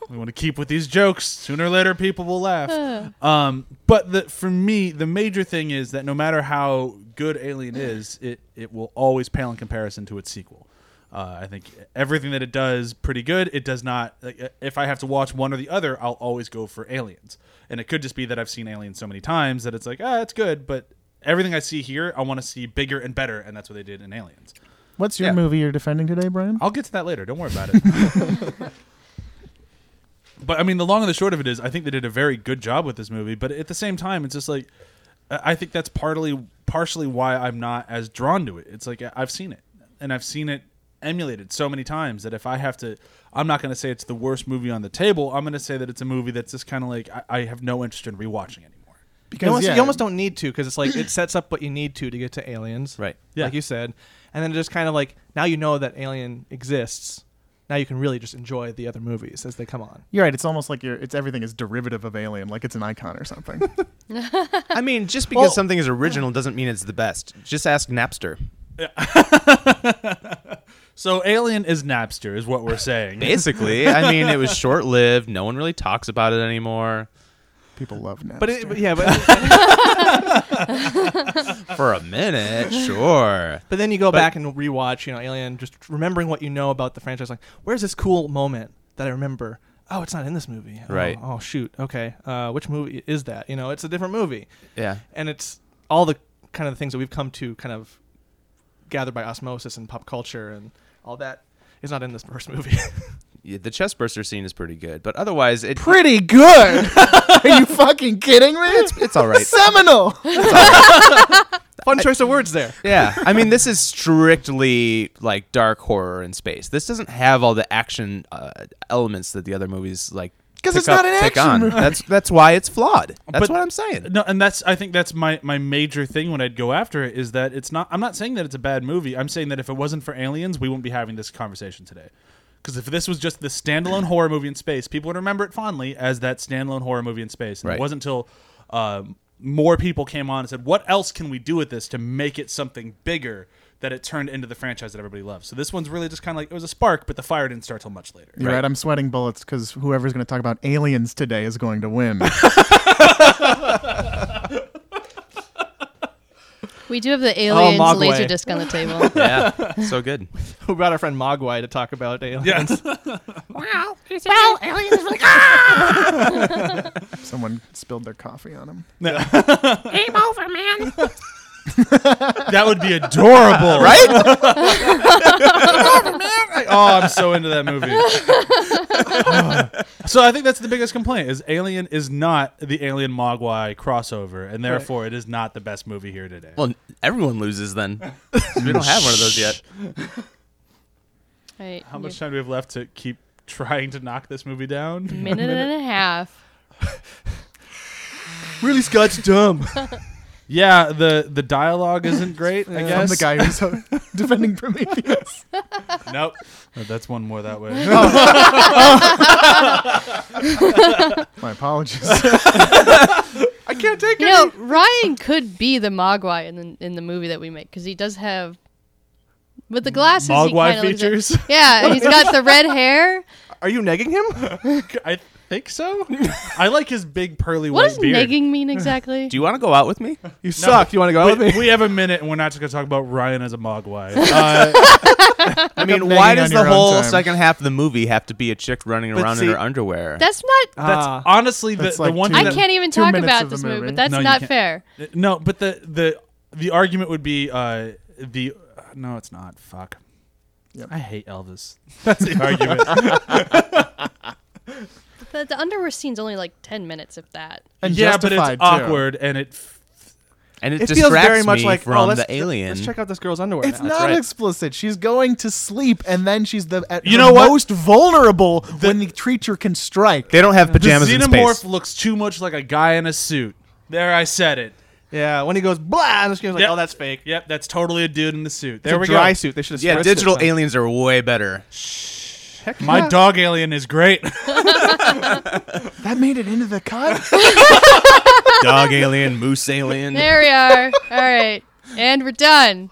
Speaker 1: we want to keep with these jokes. Sooner or later, people will laugh. um, but the, for me, the major thing is that no matter how good Alien is, it it will always pale in comparison to its sequel. Uh, I think everything that it does pretty good. It does not. Like, uh, if I have to watch one or the other, I'll always go for Aliens. And it could just be that I've seen Aliens so many times that it's like, ah, it's good. But everything I see here, I want to see bigger and better, and that's what they did in Aliens.
Speaker 5: What's your
Speaker 4: Yeah.
Speaker 5: movie you're defending today,
Speaker 2: Oh,
Speaker 5: Brian?
Speaker 1: I'll get to that later. Don't worry about it. but I mean, the long and the short of it is, I think they did a very good job with this movie. But at the same time, it's just like, I I think that's partly, partially why I'm not as drawn to it. It's like I- I've seen it, and I've seen it emulated so many times that if I have to, I'm not going to say it's the worst movie on the table. I'm going to say that it's a movie that's just kind of like I, I have no interest in rewatching anymore.
Speaker 5: Because
Speaker 2: You almost,
Speaker 5: yeah,
Speaker 2: you almost don't need to because it's like it sets up what you need to to get to aliens,
Speaker 4: Right.
Speaker 1: Yeah.
Speaker 2: Like you said, and then it just kind of like now you know that alien exists. Now you can really just enjoy the other movies as they come on.
Speaker 5: You're right. It's almost like you're. It's everything is derivative of Alien, like it's an icon or something.
Speaker 4: I mean, just because
Speaker 2: Well-
Speaker 4: something is original doesn't mean it's the best. Just ask Napster.
Speaker 1: So Alien is Napster, is what we're saying.
Speaker 4: Basically, I mean, it was short lived. No one really talks about it anymore
Speaker 5: People love Napster.
Speaker 2: But, it, but yeah, but,
Speaker 4: for a minute. Sure.
Speaker 2: but then you go back and rewatch, you know, Alien, just remembering what you know about the franchise. Like, where's this cool moment that I remember? Oh, it's not in this movie. Oh,
Speaker 4: Right.
Speaker 2: Oh, shoot. Okay. Uh, which movie is that? You know, it's a different movie.
Speaker 4: Yeah.
Speaker 2: and it's all the kind of the things that we've come to kind of gather by osmosis and pop culture and all that is not in this first movie.
Speaker 4: yeah the chestburster scene is pretty good, but otherwise, it,
Speaker 5: pretty good. Are you fucking kidding me? It's
Speaker 4: it's all right.
Speaker 5: seminal.
Speaker 2: Fun choice of words there.
Speaker 4: Yeah, I mean, this is strictly like dark horror in space. This doesn't have all the action uh, elements that the other movies like.
Speaker 5: 'Cause
Speaker 4: pick
Speaker 5: it's
Speaker 4: up-
Speaker 5: not an
Speaker 4: pick
Speaker 5: action
Speaker 4: on.
Speaker 5: movie.
Speaker 4: That's that's why it's flawed. That's
Speaker 1: But-
Speaker 4: what I'm saying.
Speaker 1: No, and that's I think that's my my major thing when I'd go after it is that it's not. I'm not saying that it's a bad movie. I'm saying that if it wasn't for aliens, we wouldn't be having this conversation today. Because if this was just the standalone horror movie in space, people would remember it fondly as that standalone horror movie in space. And
Speaker 4: Right.
Speaker 1: it wasn't until um, more people came on and said, "What else can we do with this to make it something bigger?" That it turned into the franchise that everybody loves. So this one's really just kind of like it was a spark, but the fire didn't start till much later.
Speaker 5: You're right. I'm sweating bullets because whoever's going to talk about aliens today is going to win.
Speaker 3: We do have the aliens
Speaker 2: Mogwai.
Speaker 3: laser disc on the table.
Speaker 4: Yeah, so good.
Speaker 2: Who brought our friend Mogwai to talk about aliens?
Speaker 1: Yeah.
Speaker 5: Someone spilled their coffee on him.
Speaker 6: Game over, man.
Speaker 1: That would be adorable, right? oh, I'm so into that movie. so I think that's the biggest complaint: is Alien is not the Alien Mogwai crossover, and therefore it is not the best movie here today.
Speaker 4: Well, everyone loses then. we don't have one of those yet.
Speaker 3: Right.
Speaker 1: How
Speaker 3: you-
Speaker 1: much time do we have left to keep trying to knock this movie down?
Speaker 3: Minute and a half.
Speaker 2: Really, Scott's dumb.
Speaker 1: Yeah, the the dialogue isn't great. I
Speaker 5: I'm
Speaker 1: guess
Speaker 5: the guy who's uh, defending Prometheus.
Speaker 1: Nope, Oh, that's one more that way.
Speaker 5: My apologies.
Speaker 2: I can't take
Speaker 3: You know, Ryan could be the Mogwai in the in the movie that we make because he does have. With the glasses, he
Speaker 1: Mogwai
Speaker 3: kinda looks like-
Speaker 1: features.
Speaker 3: yeah, he's got the red hair.
Speaker 2: Are you negging him?
Speaker 1: I think so. I like his big pearly
Speaker 3: What
Speaker 1: white
Speaker 3: does
Speaker 1: beard.
Speaker 3: negging mean exactly?
Speaker 4: Do you want to go out with me?
Speaker 2: You suck. You want to go out
Speaker 1: we,
Speaker 2: with me?
Speaker 1: we have a minute, and we're not just going to talk about Ryan as a Mogwai. Uh,
Speaker 4: I mean,
Speaker 5: up nagging
Speaker 4: why
Speaker 5: on
Speaker 4: does the
Speaker 5: your own
Speaker 4: whole
Speaker 5: time.
Speaker 4: second half of the movie have to be a chick running
Speaker 2: But
Speaker 4: around
Speaker 2: see-
Speaker 4: in her underwear?
Speaker 3: That's not.
Speaker 1: that's
Speaker 2: Ah.
Speaker 1: honestly the,
Speaker 5: That's
Speaker 1: the
Speaker 5: like
Speaker 1: one.
Speaker 5: two-
Speaker 1: thing
Speaker 3: I
Speaker 1: that-
Speaker 3: can't even
Speaker 5: two
Speaker 3: talk
Speaker 5: minutes
Speaker 3: about
Speaker 5: of the
Speaker 3: this movie,
Speaker 5: movie.
Speaker 3: but that's
Speaker 1: No, you
Speaker 3: not
Speaker 1: can't.
Speaker 3: fair.
Speaker 1: No, but the the the argument would be uh, the no, it's not. Fuck.
Speaker 5: Yep.
Speaker 1: I hate Elvis. That's the argument.
Speaker 3: The, the underwear scene's only like ten minutes, if that.
Speaker 5: And
Speaker 1: yeah, but it's
Speaker 5: justified, too.
Speaker 1: awkward, and it f-
Speaker 4: and it,
Speaker 2: It feels
Speaker 4: distracts
Speaker 2: very much
Speaker 4: me
Speaker 2: like
Speaker 4: from
Speaker 2: oh, let's,
Speaker 4: the alien.
Speaker 2: Let's check out this girl's underwear.
Speaker 5: It's
Speaker 2: now.
Speaker 5: not
Speaker 2: That's
Speaker 5: explicit. She's going to sleep, and then she's the at
Speaker 1: You
Speaker 5: her
Speaker 1: know what?
Speaker 5: most vulnerable when the creature can strike.
Speaker 4: they don't have
Speaker 1: the
Speaker 4: pajamas in
Speaker 1: xenomorph
Speaker 4: space.
Speaker 1: looks too much like a guy in a suit. There, I said it.
Speaker 2: right. Yeah, when he goes blah, and the screen's like,
Speaker 1: Yep.
Speaker 2: oh, that's fake.
Speaker 1: Yep, that's totally a dude in the suit.
Speaker 2: It's
Speaker 1: There
Speaker 2: a
Speaker 1: we
Speaker 2: dry
Speaker 1: go.
Speaker 2: suit. They should have
Speaker 4: Yeah,
Speaker 2: spritzed it
Speaker 4: digital
Speaker 2: something.
Speaker 4: aliens are way better.
Speaker 2: Heck
Speaker 1: My
Speaker 2: yeah.
Speaker 1: dog alien is great.
Speaker 5: That made it into the cut.
Speaker 4: Dog alien, moose alien.
Speaker 3: There we are. All right, and we're done.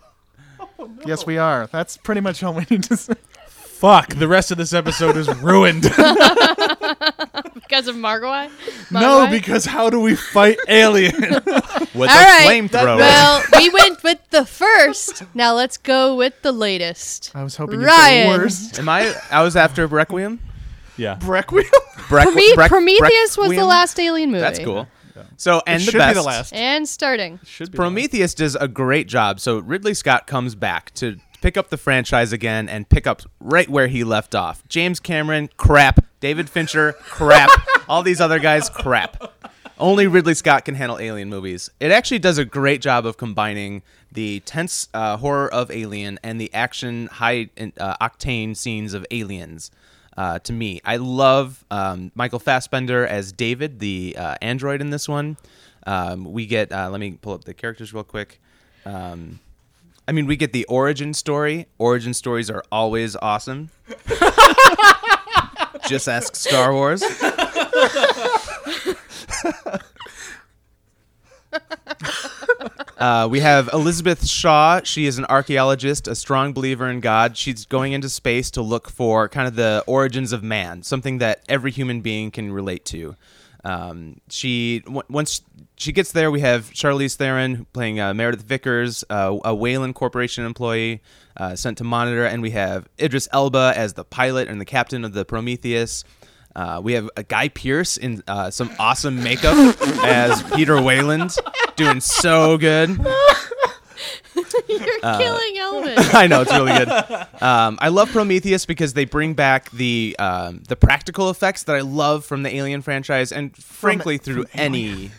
Speaker 5: Yes, we are. That's pretty much all we need to say.
Speaker 1: Fuck, the rest of this episode is ruined.
Speaker 3: Because of Margawai?
Speaker 1: no,
Speaker 3: Mogwai?
Speaker 1: because how do we fight alien?
Speaker 4: With
Speaker 3: All
Speaker 4: a
Speaker 3: right,
Speaker 4: flamethrower.
Speaker 3: Well, we went with the first. Now let's go with the latest.
Speaker 5: I was hoping
Speaker 3: Ryan.
Speaker 5: it's the worst.
Speaker 4: Am I? I was after Requiem.
Speaker 1: yeah.
Speaker 2: Breckwill.
Speaker 4: Breck-
Speaker 3: Prome-
Speaker 4: Breck-
Speaker 3: Prometheus was the
Speaker 4: Requiem?
Speaker 3: last Alien movie.
Speaker 4: That's cool. So and
Speaker 2: It
Speaker 4: the
Speaker 2: should
Speaker 4: best.
Speaker 2: be the last.
Speaker 3: And starting.
Speaker 2: Should be the last.
Speaker 4: Prometheus does a great job. So Ridley Scott comes back to pick up the franchise again and pick up right where he left off. James Cameron, crap. David Fincher, crap. All these other guys, crap. Only Ridley Scott can handle alien movies. It actually does a great job of combining the tense uh, horror of Alien and the action, high uh, octane scenes of Aliens. Uh, to me, I love um, Michael Fassbender as David, the uh, android in this one. Um, we get, uh, let me pull up the characters real quick. Um, I mean, we get the origin story. Origin stories are always awesome. Just ask Star Wars. Uh, we have Elizabeth Shaw. She is an archaeologist, a strong believer in God. She's going into space to look for kind of the origins of man, something that every human being can relate to. Um, she w- once she gets there, we have Charlize Theron playing uh, Meredith Vickers, uh, a Whalen Corporation employee uh, sent to monitor, and we have Idris Elba as the pilot and the captain of the Prometheus. Uh, we have a Guy Pierce in uh, some awesome makeup as Peter Wayland, doing so good.
Speaker 3: You're
Speaker 4: Uh,
Speaker 3: killing Elvis.
Speaker 4: I know it's really good. Um, I love Prometheus because they bring back the um, the practical effects that I love from the Alien franchise, and frankly, through any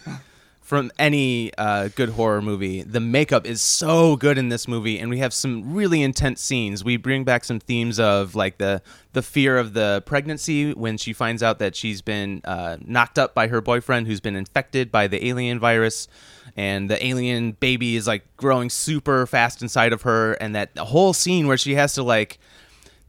Speaker 4: from any uh, good horror movie. The makeup is so good in this movie, and we have some really intense scenes. We bring back some themes of like the the fear of the pregnancy when she finds out that she's been uh, knocked up by her boyfriend, who's been infected by the alien virus, and the alien baby is like growing super fast inside of her, and that whole scene where she has to like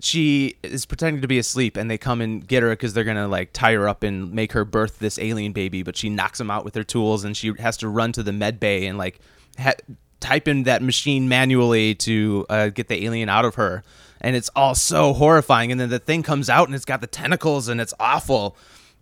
Speaker 4: she is pretending to be asleep, and they come and get her because they're gonna like tie her up and make her birth this alien baby. But she knocks them out with her tools, and she has to run to the med bay and like ha- type in that machine manually to uh, get the alien out of her. And it's all so horrifying. And then the thing comes out, and it's got the tentacles, and it's awful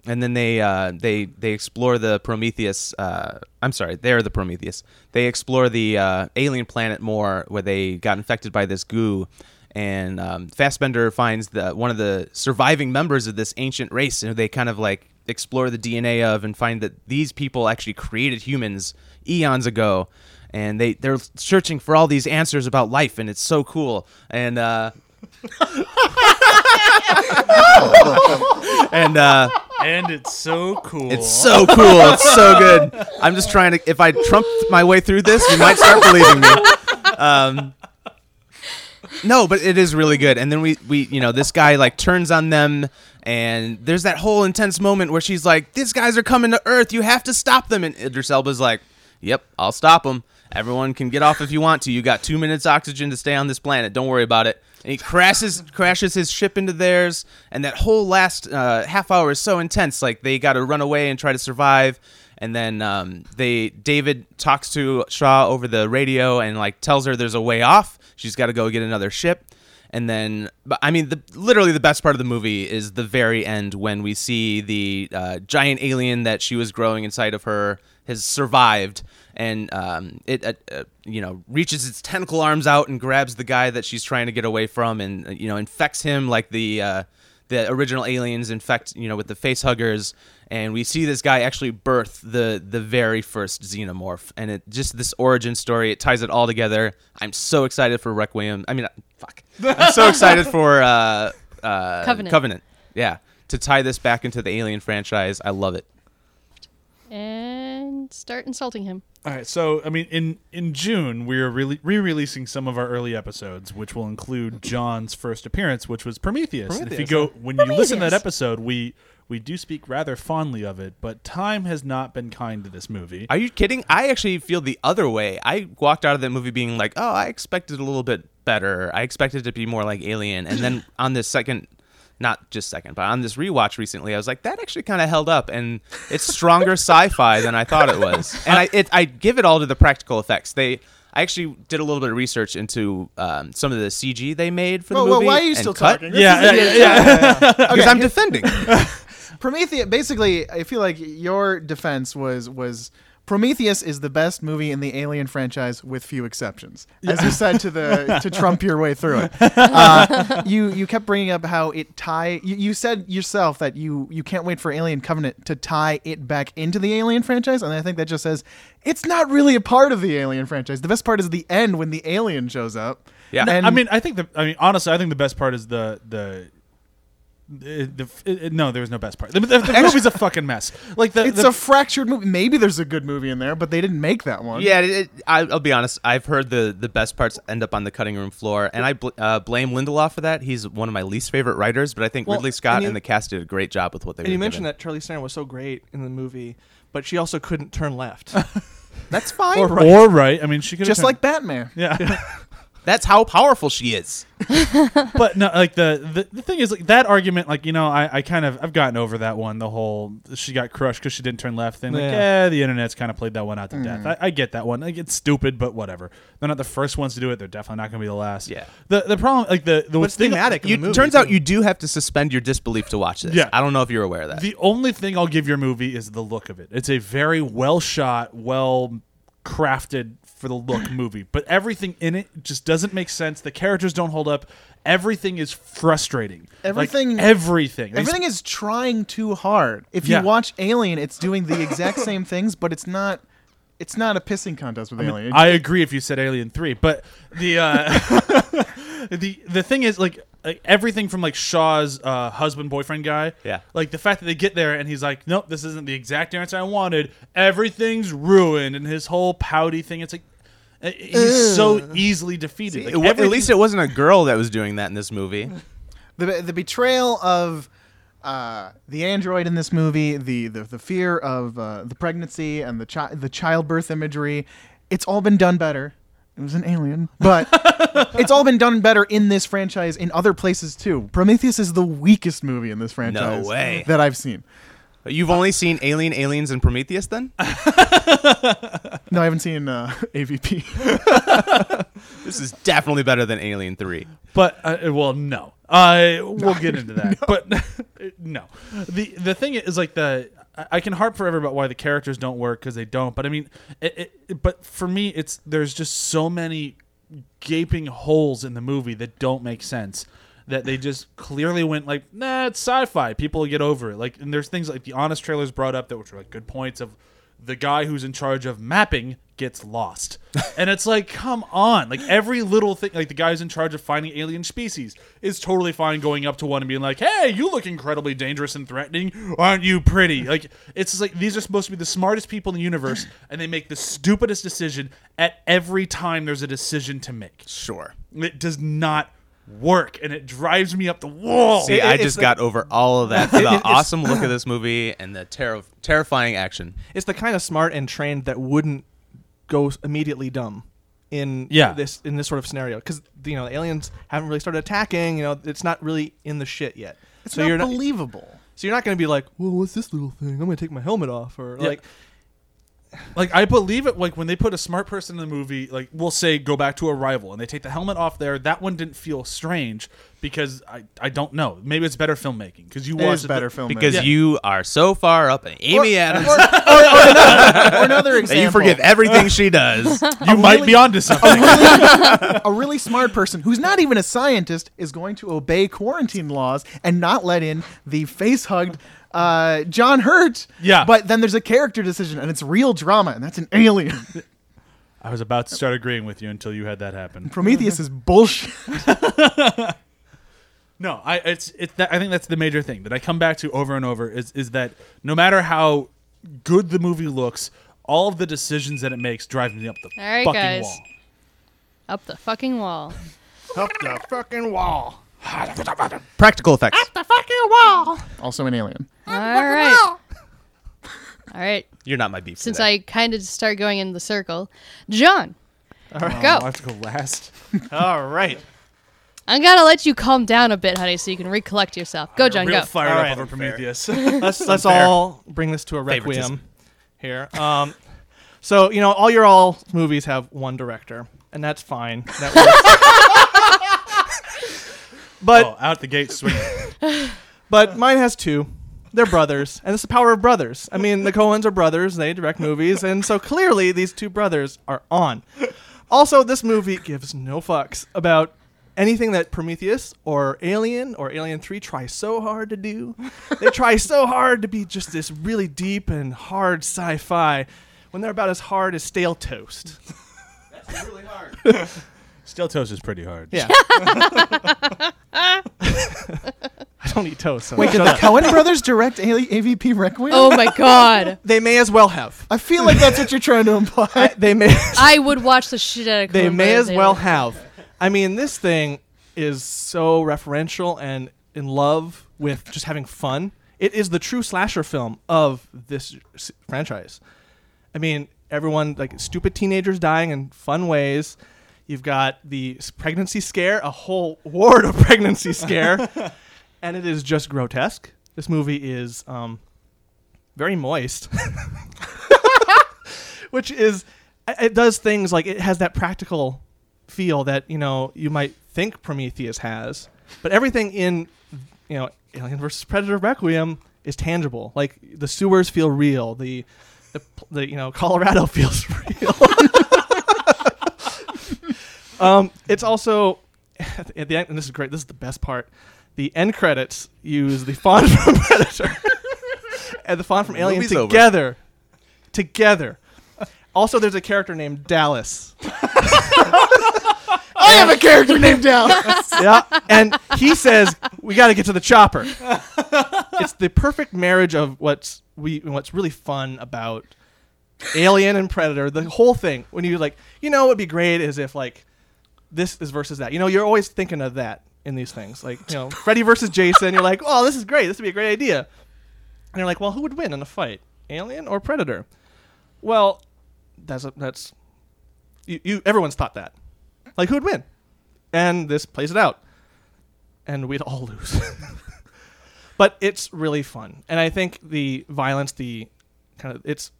Speaker 4: and then they uh, they they explore the Prometheus. Uh, I'm sorry, they're the Prometheus. They explore the uh, alien planet more, where they got infected by this goo. And um, Fassbender finds the one of the surviving members of this ancient race, and they kind of like explore the DNA of and find that these people actually created humans eons ago. And they they're searching for all these answers about life, and it's so cool. And uh, and uh,
Speaker 1: and it's so cool.
Speaker 4: It's so cool. It's so good. I'm just trying to. If I trump my way through this, you might start believing me. Um, no, but it is really good. And then we, we, you know, this guy like turns on them, and there's that whole intense moment where she's like, "These guys are coming to Earth. You have to stop them." And Idris Elba's like, "Yep, I'll stop them. Everyone can get off if you want to. You got two minutes oxygen to stay on this planet. Don't worry about it." And he crashes crashes his ship into theirs, and that whole last uh, half hour is so intense. Like they got to run away and try to survive, and then um, they David talks to Shaw over the radio and like tells her there's a way off. She's got to go get another ship, and then but I mean the literally the best part of the movie is the very end when we see the uh, giant alien that she was growing inside of her has survived and um, it uh, uh, you know reaches its tentacle arms out and grabs the guy that she's trying to get away from and uh, you know infects him like the uh, the original aliens infect you know with the face huggers and we see this guy actually birth the the very first xenomorph and it just this origin story it ties it all together i'm so excited for requiem i mean fuck i'm so excited for uh, uh,
Speaker 3: Covenant.
Speaker 4: covenant yeah to tie this back into the alien franchise i love it
Speaker 3: and start insulting him.
Speaker 1: All right, so I mean, in in June we are really re-releasing some of our early episodes, which will include John's first appearance, which was Prometheus. And if you
Speaker 2: Prometheus,
Speaker 1: go when you listen to that
Speaker 3: Prometheus.
Speaker 1: episode, we we do speak rather fondly of it, but time has not been kind to this movie.
Speaker 4: Are you kidding? I actually feel the other way. I walked out of that movie being like, "Oh, I expected a little bit better. I expected it to be more like Alien." And then on this second, not just second, but on this rewatch recently, I was like, "That actually kind of held up, and it's stronger sci-fi than I thought it was." And I, it, I give it all to the practical effects. They. I actually did a little bit of research into um, some of the CG they made for
Speaker 5: Whoa,
Speaker 4: the
Speaker 5: whoa,
Speaker 4: movie.
Speaker 5: why are you
Speaker 4: and
Speaker 5: still
Speaker 4: cut,
Speaker 5: talking? This
Speaker 1: yeah,
Speaker 5: is-
Speaker 1: yeah, yeah, yeah.
Speaker 4: Because I'm defending.
Speaker 5: Prometheus. Basically, I feel like your defense was was Prometheus is the best movie in the Alien franchise with few exceptions, as you said to the to trump your way through it. Uh, you you kept bringing up how it tie. You, you said yourself that you you can't wait for Alien Covenant to tie it back into the Alien franchise, and I think that just says it's not really a part of the Alien franchise. The best part is the end when the alien shows up.
Speaker 4: Yeah.
Speaker 1: I mean, I think the I mean honestly, I think the best part is the the. The, the, it- no, there was no best part. The, the, the movie's a fucking mess. Like the,
Speaker 5: It's
Speaker 1: the
Speaker 5: a fractured movie. Maybe there's a good movie in there, but they didn't make that one.
Speaker 4: Yeah, it, it, I, I'll be honest. I've heard the the best parts end up on the cutting room floor, and I bl- uh, blame Lindelof for that. He's one of my least favorite writers, but I think
Speaker 2: Well,
Speaker 4: Ridley Scott
Speaker 2: and
Speaker 4: and,
Speaker 2: you-
Speaker 4: the cast did a great job with what they.
Speaker 2: And
Speaker 4: were
Speaker 2: you mentioned
Speaker 4: given.
Speaker 2: that Charlie Theron was so great in the movie, but she also couldn't turn left.
Speaker 5: That's fine.
Speaker 2: Or right.
Speaker 1: or right. I mean, she could
Speaker 5: Just like Batman.
Speaker 1: yeah.
Speaker 4: That's how powerful she is.
Speaker 1: but no, like the, the the thing is like that argument, like you know, I, I kind of I've gotten over that one. The whole she got crushed because she didn't turn left thing. Like
Speaker 2: Yeah.
Speaker 1: yeah, the internet's kind of played that one out to death. I, I get that one. Like it's stupid, but whatever. They're not the first ones to do it. They're definitely not going to be the last.
Speaker 4: Yeah.
Speaker 1: The the problem, like the the
Speaker 2: But it's
Speaker 1: thing-
Speaker 2: thematic. in
Speaker 4: You,
Speaker 2: the movie,
Speaker 4: turns out
Speaker 2: too.
Speaker 4: you do have to suspend your disbelief to watch this.
Speaker 1: Yeah.
Speaker 4: I don't know if you're aware of that.
Speaker 1: The only thing I'll give your movie is the look of it. It's a very well shot, well crafted for the look movie, but everything in it just doesn't make sense. The characters don't hold up. Everything is frustrating. Like,
Speaker 5: Everything-
Speaker 1: everything. Like,
Speaker 5: Everything is trying too hard. If you
Speaker 1: Yeah.
Speaker 5: watch Alien, it's doing the exact same things, but it's not. It's not a pissing contest with Alien.
Speaker 1: I agree if you said Alien Three, but the uh, the the thing is like, like everything from like Shaw's uh, husband boyfriend guy,
Speaker 4: Yeah.
Speaker 1: like the fact that they get there and he's like, nope, this isn't the exact answer I wanted. Everything's ruined, and his whole pouty thing. It's like uh, he's so easily defeated.
Speaker 4: It
Speaker 1: Like,
Speaker 4: wa- at
Speaker 1: everything-
Speaker 4: least it wasn't a girl that was doing that in this movie.
Speaker 5: the the betrayal of uh, the android in this movie, the the, the fear of uh, the pregnancy and the chi- the childbirth imagery, it's all been done better. It was an alien, but it's all been done better in this franchise in other places too. Prometheus is the weakest movie in this franchise
Speaker 4: way.
Speaker 5: that I've seen.
Speaker 4: You've only seen Alien, Aliens, and Prometheus then?
Speaker 5: No, I haven't seen uh, AVP.
Speaker 4: this is definitely better than Alien 3.
Speaker 1: But uh, well, no. Uh, we'll get into that. But no, the the thing is like the I- I can harp forever about why the characters don't work because they don't. But I mean, it, it, but for me, it's there's just so many gaping holes in the movie that don't make sense. That they just clearly went like, nah, it's sci-fi. People will get over it. Like, and there's things like the honest trailers brought up that which were like good points of the guy who's in charge of mapping gets lost. and it's like, come on. Like every little thing like the guy who's in charge of finding alien species is totally fine going up to one and being like, Hey, you look incredibly dangerous and threatening. Aren't you pretty? Like it's just like these are supposed to be the smartest people in the universe and they make the stupidest decision at every time there's a decision to make.
Speaker 4: Sure.
Speaker 1: It does not work and it drives me up the wall.
Speaker 4: See,
Speaker 2: It-
Speaker 4: I
Speaker 2: it's
Speaker 4: just
Speaker 2: the-
Speaker 4: got over all of that. The
Speaker 2: it's-
Speaker 4: awesome look of this movie and the terri terrifying action.
Speaker 2: It's the kind of smart and trained that wouldn't go s- immediately dumb in
Speaker 1: Yeah.
Speaker 2: this in this sort of scenario because you know the aliens haven't really started attacking. You know, it's not really in the shit yet.
Speaker 5: It's
Speaker 2: so
Speaker 5: not
Speaker 2: you're not
Speaker 5: believable.
Speaker 2: so you're not going to be like, well, what's this little thing? I'm going to take my helmet off or
Speaker 1: Yeah.
Speaker 2: like.
Speaker 1: Like I believe it. Like when they put a smart person in the movie, like we'll say go back to Arrival, and they take the helmet off there. That one didn't feel strange because I I don't know. Maybe it's better filmmaking because you
Speaker 5: It
Speaker 1: watch
Speaker 5: is better film
Speaker 4: Because
Speaker 1: Yeah.
Speaker 4: you are so far up in Amy Adams
Speaker 5: or another
Speaker 4: that
Speaker 5: example.
Speaker 4: you forgive everything she does.
Speaker 1: You might be onto something.
Speaker 5: a really smart person who's not even a scientist is going to obey quarantine laws and not let in the face hugged uh, John Hurt.
Speaker 1: Yeah.
Speaker 5: But then there's a character decision and it's real drama and that's an alien.
Speaker 1: I was about to start agreeing with you until you had that happen.
Speaker 5: Prometheus is bullshit.
Speaker 1: No, I it's it's that, I think that's the major thing that I come back to over and over is is that no matter how good the movie looks, all of the decisions that it makes drive me up the
Speaker 3: All right,
Speaker 1: fucking
Speaker 3: guys.
Speaker 1: wall.
Speaker 3: Up the fucking wall.
Speaker 2: Up the fucking wall.
Speaker 4: Practical effects.
Speaker 6: The fucking wall.
Speaker 5: Also an alien.
Speaker 3: All right. All right.
Speaker 4: You're not my beef.
Speaker 3: Since
Speaker 4: today.
Speaker 3: I kind of start going in the circle, John, go.
Speaker 1: I have to go last.
Speaker 2: All right.
Speaker 3: I'm gonna let you calm down a bit, honey, so you can recollect yourself. Go, John.
Speaker 1: Real
Speaker 3: Go.
Speaker 1: fired
Speaker 2: All
Speaker 1: up
Speaker 2: right.
Speaker 1: over Prometheus.
Speaker 2: let's let's all bring this to a requiem
Speaker 4: Favoritism.
Speaker 2: here. Um, so you know, all your all movies have one director, and that's fine. That works. but
Speaker 1: oh, out the gate swinging.
Speaker 2: but mine has two. They're brothers, and it's the power of brothers. I mean, the Coens are brothers; they direct movies, and so clearly these two brothers are on. Also, this movie gives no fucks about anything that Prometheus or Alien or Alien Three try so hard to do. They try so hard to be just this really deep and hard sci-fi, when they're about as hard as stale toast.
Speaker 1: Steel toast is pretty hard.
Speaker 2: Yeah. I don't eat toast. So
Speaker 5: Wait, did the Cohen brothers direct A- AVP Requiem?
Speaker 3: Oh my god.
Speaker 2: they may as well have.
Speaker 5: I feel like that's what you're trying to imply.
Speaker 2: I- they may.
Speaker 3: I would watch the shit out of.
Speaker 2: they
Speaker 3: Coen
Speaker 2: may
Speaker 3: Brothers
Speaker 2: as well
Speaker 3: Alien.
Speaker 2: have. I mean, this thing is so referential and in love with just having fun. It is the true slasher film of this s- franchise. I mean, everyone like stupid teenagers dying in fun ways. You've got the s- pregnancy scare, a whole ward of pregnancy scare, and it is just grotesque. This movie is um, very moist. which is it does things like it has that practical feel that you know you might think Prometheus has, but everything in you know Alien versus Predator Requiem is tangible. Like the sewers feel real. The the, the you know Colorado feels real. um, it's also at the end, and this is great. This is the best part. The end credits use the font from Predator and the font from Alien
Speaker 4: Movie's over.
Speaker 2: together. Together. Also, there's a character named Dallas.
Speaker 5: I have a character named Dallas.
Speaker 2: yeah. And he says, "We got to get to the chopper." it's the perfect marriage of what's we what's really fun about Alien and Predator, the whole thing. When you like, you know, what'd be great is if like this is versus that. You know, you're always thinking of that in these things. Like, you know, Freddy versus Jason, you're like, "Oh, this is great. This would be a great idea." And you're like, "Well, who would win in a fight? Alien or Predator?" Well, that's a, that's You, you everyone's thought that, like who would win, and this plays it out, and we'd all lose. but it's really fun, and I think the violence, the kind of it's,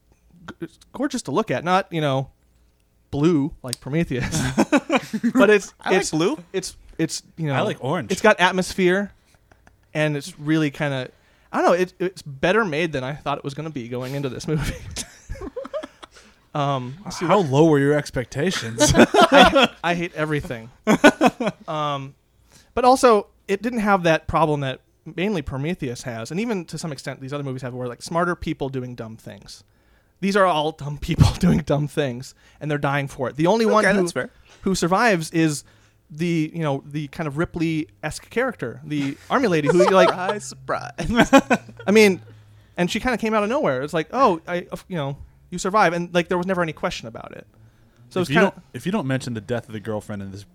Speaker 2: g- it's gorgeous to look at. Not you know, blue like Prometheus, but it's
Speaker 4: I like
Speaker 2: it's
Speaker 4: blue.
Speaker 2: It's it's you know
Speaker 1: I like orange.
Speaker 2: It's got atmosphere, and it's really kind of I don't know. It, it's better made than I thought it was going to be going into this movie. um, let's see,
Speaker 1: How low were your expectations?
Speaker 2: I, I hate everything. um, but also, it didn't have that problem that mainly Prometheus has, and even to some extent these other movies have, where like smarter people doing dumb things. These are all dumb people doing dumb things, and they're dying for it. The only one
Speaker 4: Okay,
Speaker 2: who,
Speaker 4: that's fair.
Speaker 2: who survives is the you know the kind of Ripley esque character, the army lady who like
Speaker 4: Surprise, surprise.
Speaker 2: I mean, and she kind of came out of nowhere. It's like, oh, I, you know, you survive, and like there was never any question about it. So
Speaker 1: if,
Speaker 2: it's
Speaker 1: you
Speaker 2: kind
Speaker 1: don't,
Speaker 2: of
Speaker 1: if you don't mention the death of the girlfriend in this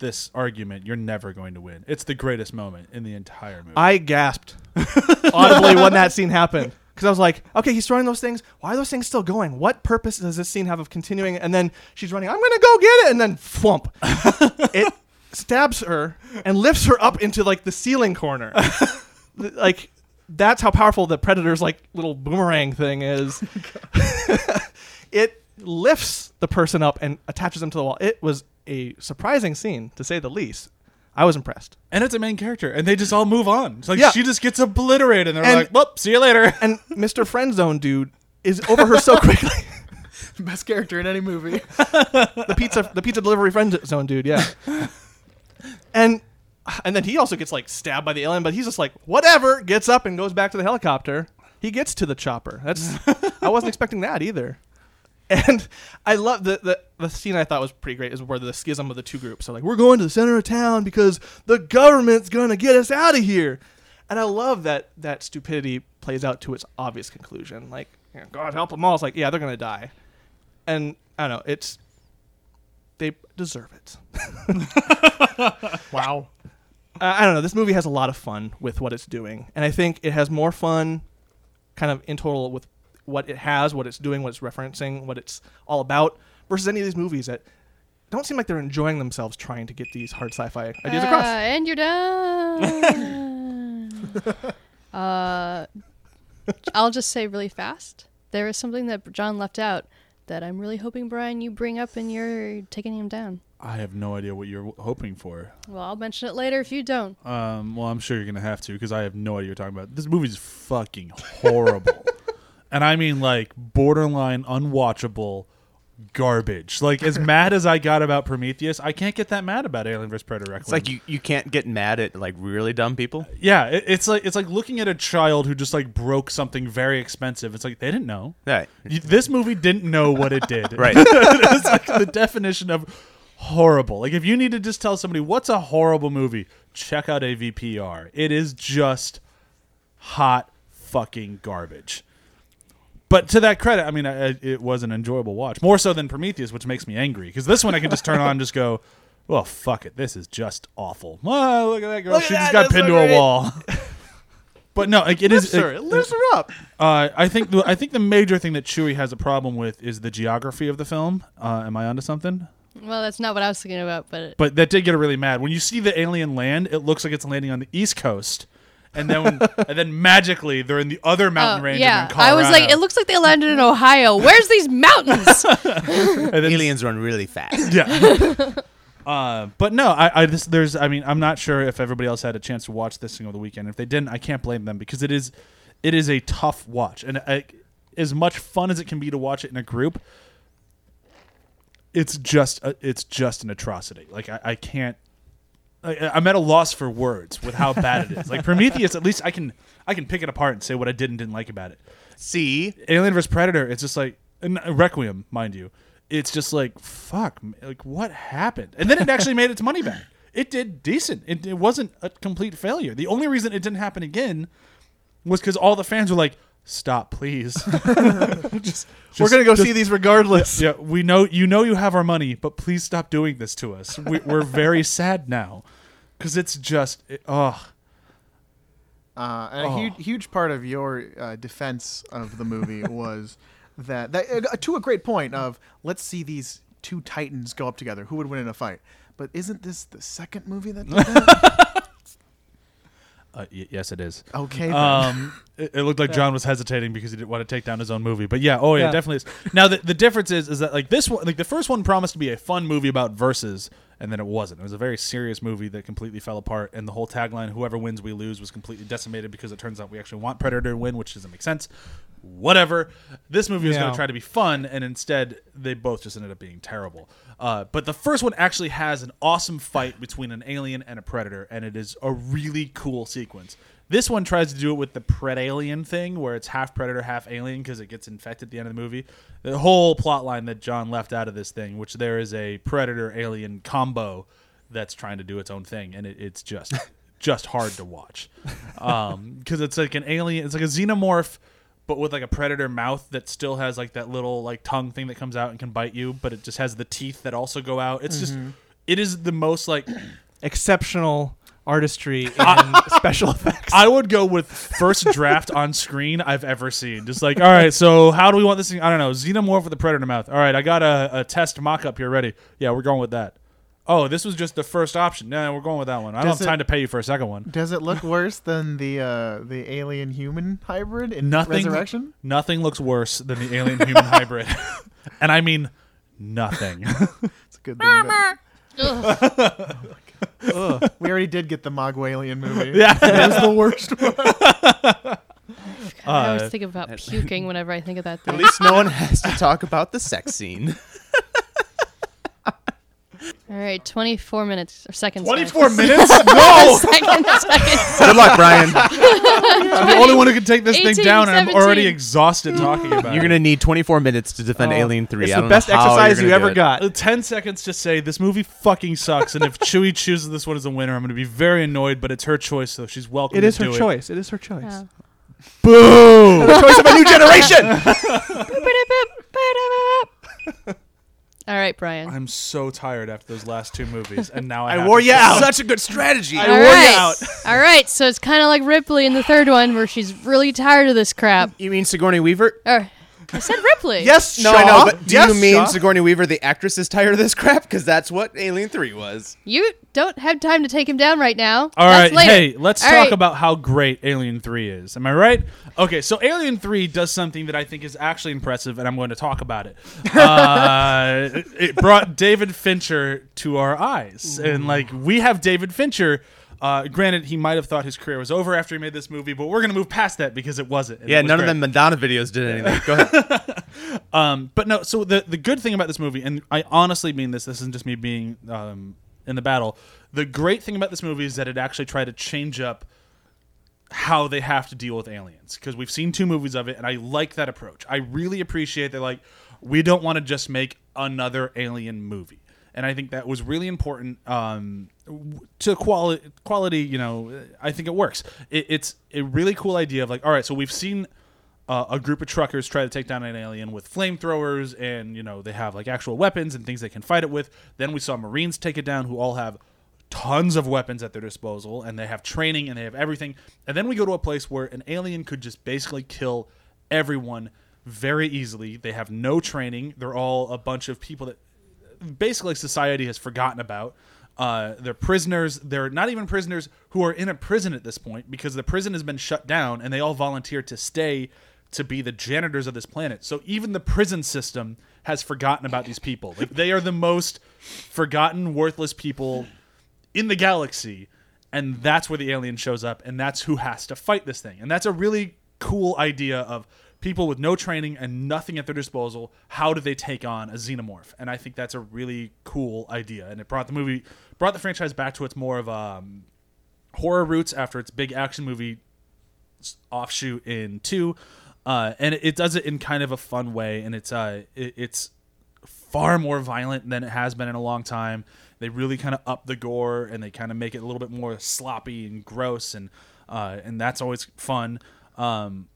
Speaker 1: this argument, you're never going to win. It's the greatest moment in the entire movie.
Speaker 2: I gasped audibly when that scene happened because I was like, okay, he's throwing those things. Why are those things still going? What purpose does this scene have of continuing? And then she's running. I'm gonna go get it, and then thwomp. it stabs her and lifts her up into like the ceiling corner. Th- like that's how powerful the predator's like little boomerang thing is. it lifts the person up and attaches them to the wall. It was a surprising scene to say the least. I was impressed.
Speaker 1: and it's a main character, and they just all move on. It's like
Speaker 2: Yeah.
Speaker 1: she just gets obliterated, and they're
Speaker 2: And-
Speaker 1: like, "Well, see you later."
Speaker 2: and Mr. Friendzone dude is over her so quickly.
Speaker 5: Best character in any movie.
Speaker 2: the pizza, the pizza delivery friend zone dude, yeah. And and then he also gets like stabbed by the alien, but he's just like whatever. Gets up and goes back to the helicopter. He gets to the chopper. That's I wasn't expecting that either. And I love the, the the scene I thought was pretty great is where the schism of the two groups are like, we're going to the center of town because the government's gonna get us out of here. And I love that that stupidity plays out to its obvious conclusion. Like, you know, God help them all. It's like, yeah, they're gonna die. And I don't know. It's they deserve it.
Speaker 5: wow.
Speaker 2: I I don't know. This movie has a lot of fun with what it's doing, and I think it has more fun, kind of in total, with what it has, what it's doing, what it's referencing, what it's all about, versus any of these movies that don't seem like they're enjoying themselves trying to get these hard sci-fi ideas
Speaker 3: Uh,
Speaker 2: across.
Speaker 3: And you're done. uh, I'll just say really fast. There is something that John left out that I'm really hoping Brian you bring up and you're taking him down.
Speaker 1: I have no idea what you're hoping for.
Speaker 3: Well, I'll mention it later if you don't.
Speaker 1: Um, well, I'm sure you're gonna have to because I have no idea what you're talking about. This movie's fucking horrible, and I mean like borderline unwatchable garbage. Like as mad as I got about Prometheus, I can't get that mad about Alien vs Predator.
Speaker 4: It's like you, you can't get mad at like really dumb people.
Speaker 2: Uh,
Speaker 1: yeah, it, it's like it's like looking at a child who just like broke something very expensive. It's like they didn't know.
Speaker 4: Right.
Speaker 1: You- This movie didn't know what it did.
Speaker 4: Right.
Speaker 1: it's like the definition of horrible. Like if you need to just tell somebody what's a horrible movie, check out AVPR. It is just hot fucking garbage. But to that credit, I mean, I, I- it was an enjoyable watch, more so than Prometheus, which makes me angry because this one I can just turn on and just go, "Well, fuck it, this is just awful." Whoa, look at that girl;
Speaker 2: Look at
Speaker 1: she just
Speaker 2: that,
Speaker 1: got
Speaker 2: that's
Speaker 1: pinned
Speaker 2: so
Speaker 1: to a
Speaker 2: great.
Speaker 1: wall. but no, like, it is.
Speaker 2: Sure,
Speaker 1: like,
Speaker 2: it lifts her up.
Speaker 1: uh, I think the, I think the major thing that Chewie has a problem with is the geography of the film. Uh, am I onto something?
Speaker 3: Well, that's not what I was thinking about, but
Speaker 1: But that did get her really mad. When you see the alien land, it looks like it's landing on the east coast, and then and then magically they're in the other mountain
Speaker 3: Oh,
Speaker 1: range.
Speaker 3: yeah,
Speaker 1: in
Speaker 3: I
Speaker 1: Colorado.
Speaker 3: was like, it looks like they landed in Ohio. Where's these mountains?
Speaker 1: And then-
Speaker 4: Aliens run really fast.
Speaker 1: Yeah. Uh, but no, I, I this there's I mean I'm not sure if everybody else had a chance to watch this thing over the weekend. If they didn't, I can't blame them because it is it is a tough watch, and I, as much fun as it can be to watch it in a group, it's just a, it's just an atrocity. Like I, I can't. I, I'm at a loss for words with how bad it is. Like Prometheus, at least I can I can pick it apart and say what I did and didn't like about it.
Speaker 4: See,
Speaker 1: Alien vs Predator, it's just like and Requiem, mind you. It's just like fuck, m- like what happened? And then it actually made its money back. It did decent. It, it wasn't a complete failure. The only reason it didn't happen again was because all the fans were like, "Stop, please." Just-
Speaker 2: We're
Speaker 1: just-
Speaker 2: gonna go
Speaker 1: just-
Speaker 2: see these regardless.
Speaker 1: Yeah, we know you know you have our money, but please stop doing this to us. We, we're very sad now because it's just it, ugh.
Speaker 5: Uh, and
Speaker 4: Oh.
Speaker 5: a huge, huge part of your uh, defense of the movie was that, that uh, to a great point of let's see these two titans go up together. Who would win in a fight? But isn't this the second movie that did that?
Speaker 1: Uh, y- yes, it is.
Speaker 5: okay.
Speaker 4: Uh,
Speaker 5: then.
Speaker 1: Um, it, it looked like John was hesitating because he didn't want to take down his own movie. But yeah, oh yeah,
Speaker 2: Yeah.
Speaker 1: definitely is. Now the, the difference is is that like this one, like the first one promised to be a fun movie about verses, and then it wasn't. It was a very serious movie that completely fell apart, and the whole tagline "Whoever wins, we lose" was completely decimated because it turns out we actually want Predator to win, which doesn't make sense. Whatever. This movie was going
Speaker 2: Yeah.
Speaker 1: to try to be fun, and instead they both just ended up being terrible. Uh, but the first one actually has an awesome fight between an alien and a predator, and it is a really cool sequence. This one tries to do it with the pred alien thing, where it's half predator, half alien, because it gets infected at the end of the movie. The whole plot line that John left out of this thing, which there is a predator alien combo that's trying to do its own thing, and it, it's just just hard to watch because it's like an alien, it's like a xenomorph, but with like a predator mouth that still has like that little like tongue thing that comes out and can bite you, but it just has the teeth that also go out. It's
Speaker 5: Mm-hmm.
Speaker 1: just it is the most like
Speaker 2: Exceptional artistry and special effects.
Speaker 1: I would go with first draft on screen I've ever seen. Just like, all right, so how do we want this thing? I don't know. Xenomorph with a predator mouth. All right, I got a, a test mock up here ready. Yeah, we're going with that. Oh, this was just the first option. No, we're going with that one. I don't
Speaker 5: Does
Speaker 1: have
Speaker 5: it-
Speaker 1: time to pay you for a second one.
Speaker 5: Does it look worse than the uh, the alien human hybrid in
Speaker 1: Nothing.
Speaker 5: Resurrection?
Speaker 1: Nothing looks worse than the alien human hybrid, and I mean nothing.
Speaker 5: It's a good thing. but-
Speaker 3: Ugh.
Speaker 5: we already did get the Mogwalian movie.
Speaker 1: Yeah.
Speaker 5: that was the worst one.
Speaker 3: I
Speaker 1: Uh,
Speaker 3: always think about puking whenever I think of that
Speaker 4: At
Speaker 3: thing.
Speaker 4: least no one has to talk about the sex scene.
Speaker 3: All right, 24 minutes or seconds. sorry.
Speaker 1: Twenty-four minutes.
Speaker 3: Oh, second, second.
Speaker 4: Good luck, Brian.
Speaker 1: I'm the only one who can take this thing
Speaker 3: 18,
Speaker 1: down, and I'm already
Speaker 3: 17.
Speaker 1: exhausted talking about
Speaker 4: You're
Speaker 1: it.
Speaker 4: gonna need 24 minutes to defend Alien 3.
Speaker 2: Oh, It's
Speaker 4: I
Speaker 2: the
Speaker 4: don't
Speaker 2: best
Speaker 4: know how you're
Speaker 2: exercise
Speaker 4: gonna
Speaker 2: you
Speaker 4: do
Speaker 2: ever
Speaker 4: it.
Speaker 2: got.
Speaker 1: Uh, 10 seconds to say this movie fucking sucks and if chewie chooses this one as a winner i'm gonna be very annoyed but it's her choice so she's welcome
Speaker 2: It
Speaker 1: to
Speaker 2: is her
Speaker 1: do
Speaker 2: choice. It is her choice.
Speaker 3: Oh.
Speaker 4: The choice of a new generation.
Speaker 3: All right, Brian.
Speaker 1: i'm so tired after those last two movies and now i,
Speaker 2: I
Speaker 1: have
Speaker 2: wore
Speaker 1: to-
Speaker 2: you out.
Speaker 4: Such a good strategy.
Speaker 2: I wore you out.
Speaker 3: All right, so it's kind of like Ripley in the third one where she's really tired of this crap.
Speaker 4: You mean Sigourney Weaver?
Speaker 3: Or, I said Ripley.
Speaker 2: Yes,
Speaker 4: No,
Speaker 2: Shaw.
Speaker 4: I know, but do
Speaker 2: yes,
Speaker 4: you mean
Speaker 2: Shaw.
Speaker 4: Sigourney Weaver, the actress, is tired of this crap? Because that's what Alien 3 was.
Speaker 3: You don't have time to take him down right now.
Speaker 1: All right,
Speaker 3: That's later.
Speaker 1: hey, let's
Speaker 3: All
Speaker 1: talk
Speaker 3: right.
Speaker 1: about how great Alien 3 is. Am I right? Okay, so Alien 3 does something that I think is actually impressive, and I'm going to talk about it. Uh, it- it brought David Fincher to our eyes. And, like, we have David Fincher. Uh, granted, he might have thought his career was over after he made this movie, but we're going to move past that because it wasn't. and it
Speaker 4: Yeah,
Speaker 1: was
Speaker 4: none of
Speaker 1: great.
Speaker 4: them Madonna videos did anything. Go ahead.
Speaker 1: Um, but no, so the the good thing about this movie, and I honestly mean this, this isn't just me being um, in the battle. The great thing about this movie is that it actually tried to change up how they have to deal with aliens because we've seen two movies of it, and I like that approach. I really appreciate that. Like, we don't want to just make another alien movie, and I think that was really important um, w- to quality. Quality, you know, I think it works. It, it's a really cool idea of like, all right, so we've seen uh, a group of truckers try to take down an alien with flamethrowers and you know they have like actual weapons and things they can fight it with then we saw marines take it down who all have tons of weapons at their disposal and they have training and they have everything and then we go to a place where an alien could just basically kill everyone very easily they have no training they're all a bunch of people that basically society has forgotten about. Uh, they're prisoners. They're not even prisoners who are in a prison at this point because the prison has been shut down and they all volunteer to stay to be the janitors of this planet. So even the prison system has forgotten about these people. Like they are the most forgotten, worthless people in the galaxy and that's where the alien shows up and that's who has to fight this thing and that's a really cool idea of people with no training and nothing at their disposal how do they take on a xenomorph and i think that's a really cool idea and it brought the movie brought the franchise back to its more of um, horror roots after its big action movie s- offshoot in two, uh, and it, it does it in kind of a fun way, and it's uh, it, it's far more violent than it has been in a long time. They really kind of up the gore, and they kind of make it a little bit more sloppy and gross, and uh, and that's always fun. Um,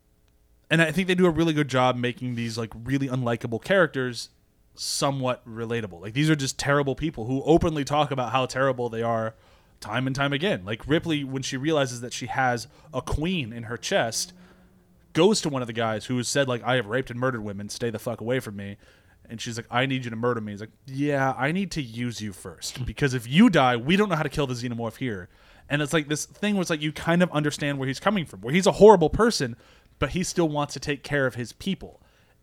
Speaker 1: and I think they do a really good job making these like really unlikable characters somewhat relatable. Like these are just terrible people who openly talk about how terrible they are time and time again. Like Ripley when she realizes that she has a queen in her chest goes to one of the guys who has said like I have raped and murdered women, stay the fuck away from me. And she's like, I need you to murder me. He's like, Yeah, I need to use you first. Because if you die, we don't know how to kill the xenomorph here. And it's like this thing was like you kind of understand where he's coming from, where he's a horrible person, but he still wants to take care of his people.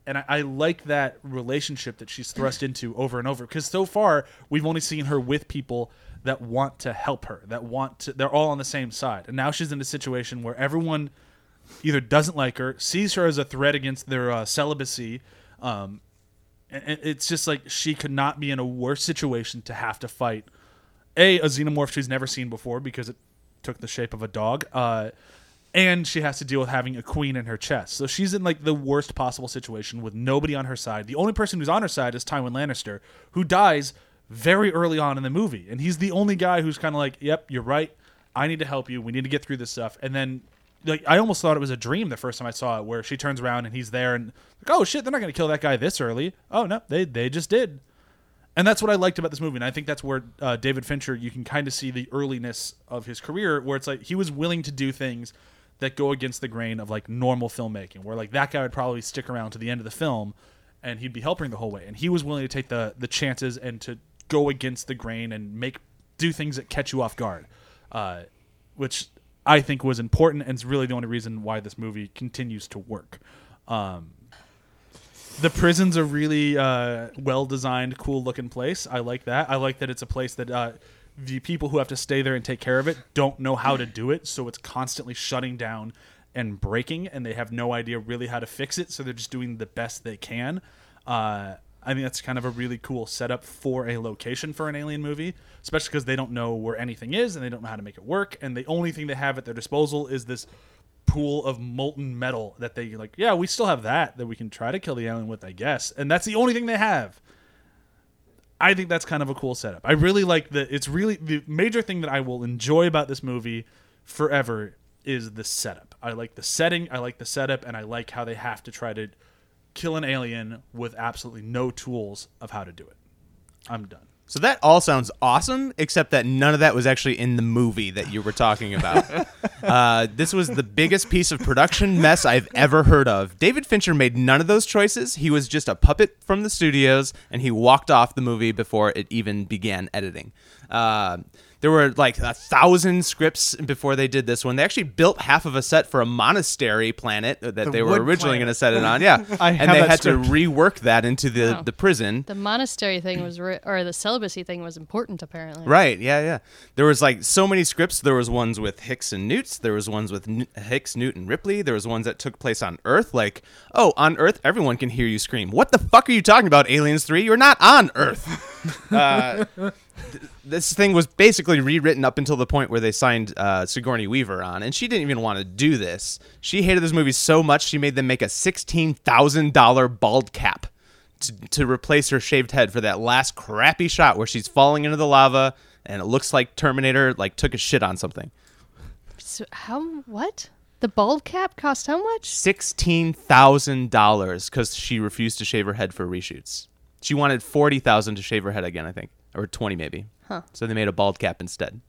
Speaker 1: And I, I like that relationship that she's thrust into over and over. Because so far, we've only seen her with people that want to help her, that want to, they're all on the same side. And now she's in a situation where everyone either doesn't like her, sees her as a threat against their uh, celibacy. Um, and and it's just like she could not be in a worse situation to have to fight a a xenomorph she's never seen before because it took the shape of a dog. Uh, and she has to deal with having a queen in her chest. So she's in like the worst possible situation with nobody on her side. The only person who's on her side is Tywin Lannister, who dies very early on in the movie. And he's the only guy who's kind of like, yep, you're right. I need to help you. We need to get through this stuff. And then like I almost thought it was a dream the first time I saw it, where she turns around and he's there, and like, oh shit, they're not gonna kill that guy this early. Oh no, they they just did, and that's what I liked about this movie, and I think that's where uh, David Fincher you can kind of see the earliness of his career, where it's like he was willing to do things that go against the grain of like normal filmmaking, where like that guy would probably stick around to the end of the film, and he'd be helping the whole way, and he was willing to take the the chances and to go against the grain and make do things that catch you off guard. Uh, which I think was important and is really the only reason why this movie continues to work. Um, the prison's a really uh, well designed, cool looking place. I like that. I like that it's a place that uh, the people who have to stay there and take care of it don't know how to do it, so it's constantly shutting down and breaking, and they have no idea really how to fix it, so they're just doing the best they can. Uh, I think that's kind of a really cool setup for a location for an alien movie, especially because they don't know where anything is and they don't know how to make it work. And the only thing they have at their disposal is this pool of molten metal that they like. Yeah, we still have that that we can try to kill the alien with, I guess. And that's the only thing they have. I think that's kind of a cool setup. I really like the. It's really the major thing that I will enjoy about this movie forever is the setup. I like the setting. I like the setup, and I like how they have to try to kill an alien with absolutely no tools of how to do it. I'm done.
Speaker 4: So that all sounds awesome, except that none of that was actually in the movie that you were talking about. uh, this was the biggest piece of production mess I've ever heard of. David Fincher made none of those choices. He was just a puppet from the studios, and he walked off the movie before it even began editing. Uh, there were like a thousand scripts before they did this one. They actually built half of a set for a monastery planet that they were
Speaker 5: wood
Speaker 4: originally
Speaker 5: planet.
Speaker 4: going to set it on. Yeah,
Speaker 5: I
Speaker 4: and
Speaker 5: have
Speaker 4: they
Speaker 5: that
Speaker 4: had to
Speaker 5: script.
Speaker 4: rework that into the
Speaker 3: Wow.
Speaker 4: the prison.
Speaker 3: The monastery thing was, re- or the celibacy thing was important apparently.
Speaker 4: Right. Yeah. Yeah. There was like so many scripts. There was ones with Hicks and Newts. There was ones with N- Hicks, Newt, and Ripley. There was ones that took place on Earth. Like, oh, on Earth, everyone can hear you scream. What the fuck are you talking about, Aliens Three? You're not on Earth. uh, th- this thing was basically rewritten up until the point where they signed uh, Sigourney Weaver on, and she didn't even want to do this. She hated this movie so much she made them make a sixteen thousand dollar bald cap to, to replace her shaved head for that last crappy shot where she's falling into the lava and it looks like Terminator like took a shit on something.
Speaker 3: So how? What? The bald cap cost how much?
Speaker 4: Sixteen thousand dollars because she refused to shave her head for reshoots. She wanted forty thousand to shave her head again, I think, or twenty maybe. Huh. So they made a bald cap instead.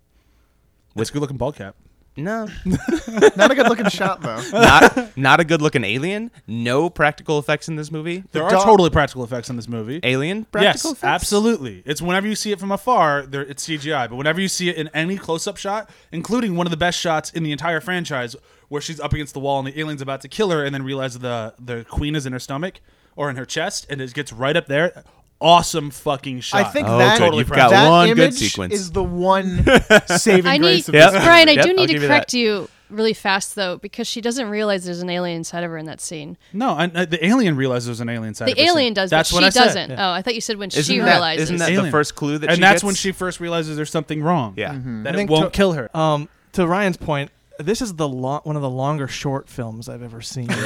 Speaker 1: With good looking ball cap.
Speaker 4: No,
Speaker 5: Not a good looking shot though.
Speaker 4: not not a good looking alien. No practical effects in this movie.
Speaker 1: There are
Speaker 5: dog-
Speaker 1: totally practical effects in this movie.
Speaker 4: Alien
Speaker 1: yes,
Speaker 4: practical effects.
Speaker 1: absolutely. It's whenever you see it from afar, there, it's CGI. But whenever you see it in any close-up shot, including one of the best shots in the entire franchise, where she's up against the wall and the alien's about to kill her, and then realizes the the queen is in her stomach or in her chest, and it gets right up there. Awesome fucking
Speaker 5: I
Speaker 1: shot.
Speaker 5: think
Speaker 4: Oh,
Speaker 5: that,
Speaker 4: good. You've got
Speaker 5: that
Speaker 4: one good
Speaker 5: image
Speaker 4: sequence.
Speaker 5: is the one saving
Speaker 3: I need
Speaker 5: grace of
Speaker 4: Yep.
Speaker 5: this.
Speaker 3: Brian. I
Speaker 4: Yep,
Speaker 3: do
Speaker 4: I'll
Speaker 3: need
Speaker 4: give
Speaker 3: to
Speaker 4: you
Speaker 3: correct
Speaker 4: that.
Speaker 3: you really fast though, because she doesn't realize there's an alien inside of her in that scene.
Speaker 1: no, I, I- the alien realizes there's an alien inside. of
Speaker 3: The
Speaker 1: her, so
Speaker 3: alien does,
Speaker 1: That's what
Speaker 3: but she
Speaker 1: I said.
Speaker 3: doesn't. Oh, I thought you said when
Speaker 4: Isn't
Speaker 3: she
Speaker 4: that-
Speaker 3: realizes.
Speaker 4: isn't that- the first clue that
Speaker 1: and
Speaker 4: she
Speaker 1: that's
Speaker 4: gets?
Speaker 1: when she first realizes there's something wrong.
Speaker 4: Yeah.
Speaker 3: Mm-hmm.
Speaker 4: Mhm.
Speaker 1: that it
Speaker 2: I think
Speaker 1: won't
Speaker 2: to-
Speaker 1: kill her.
Speaker 2: Um, to Ryan's point, this is the lo- one of the longer short films I've ever seen.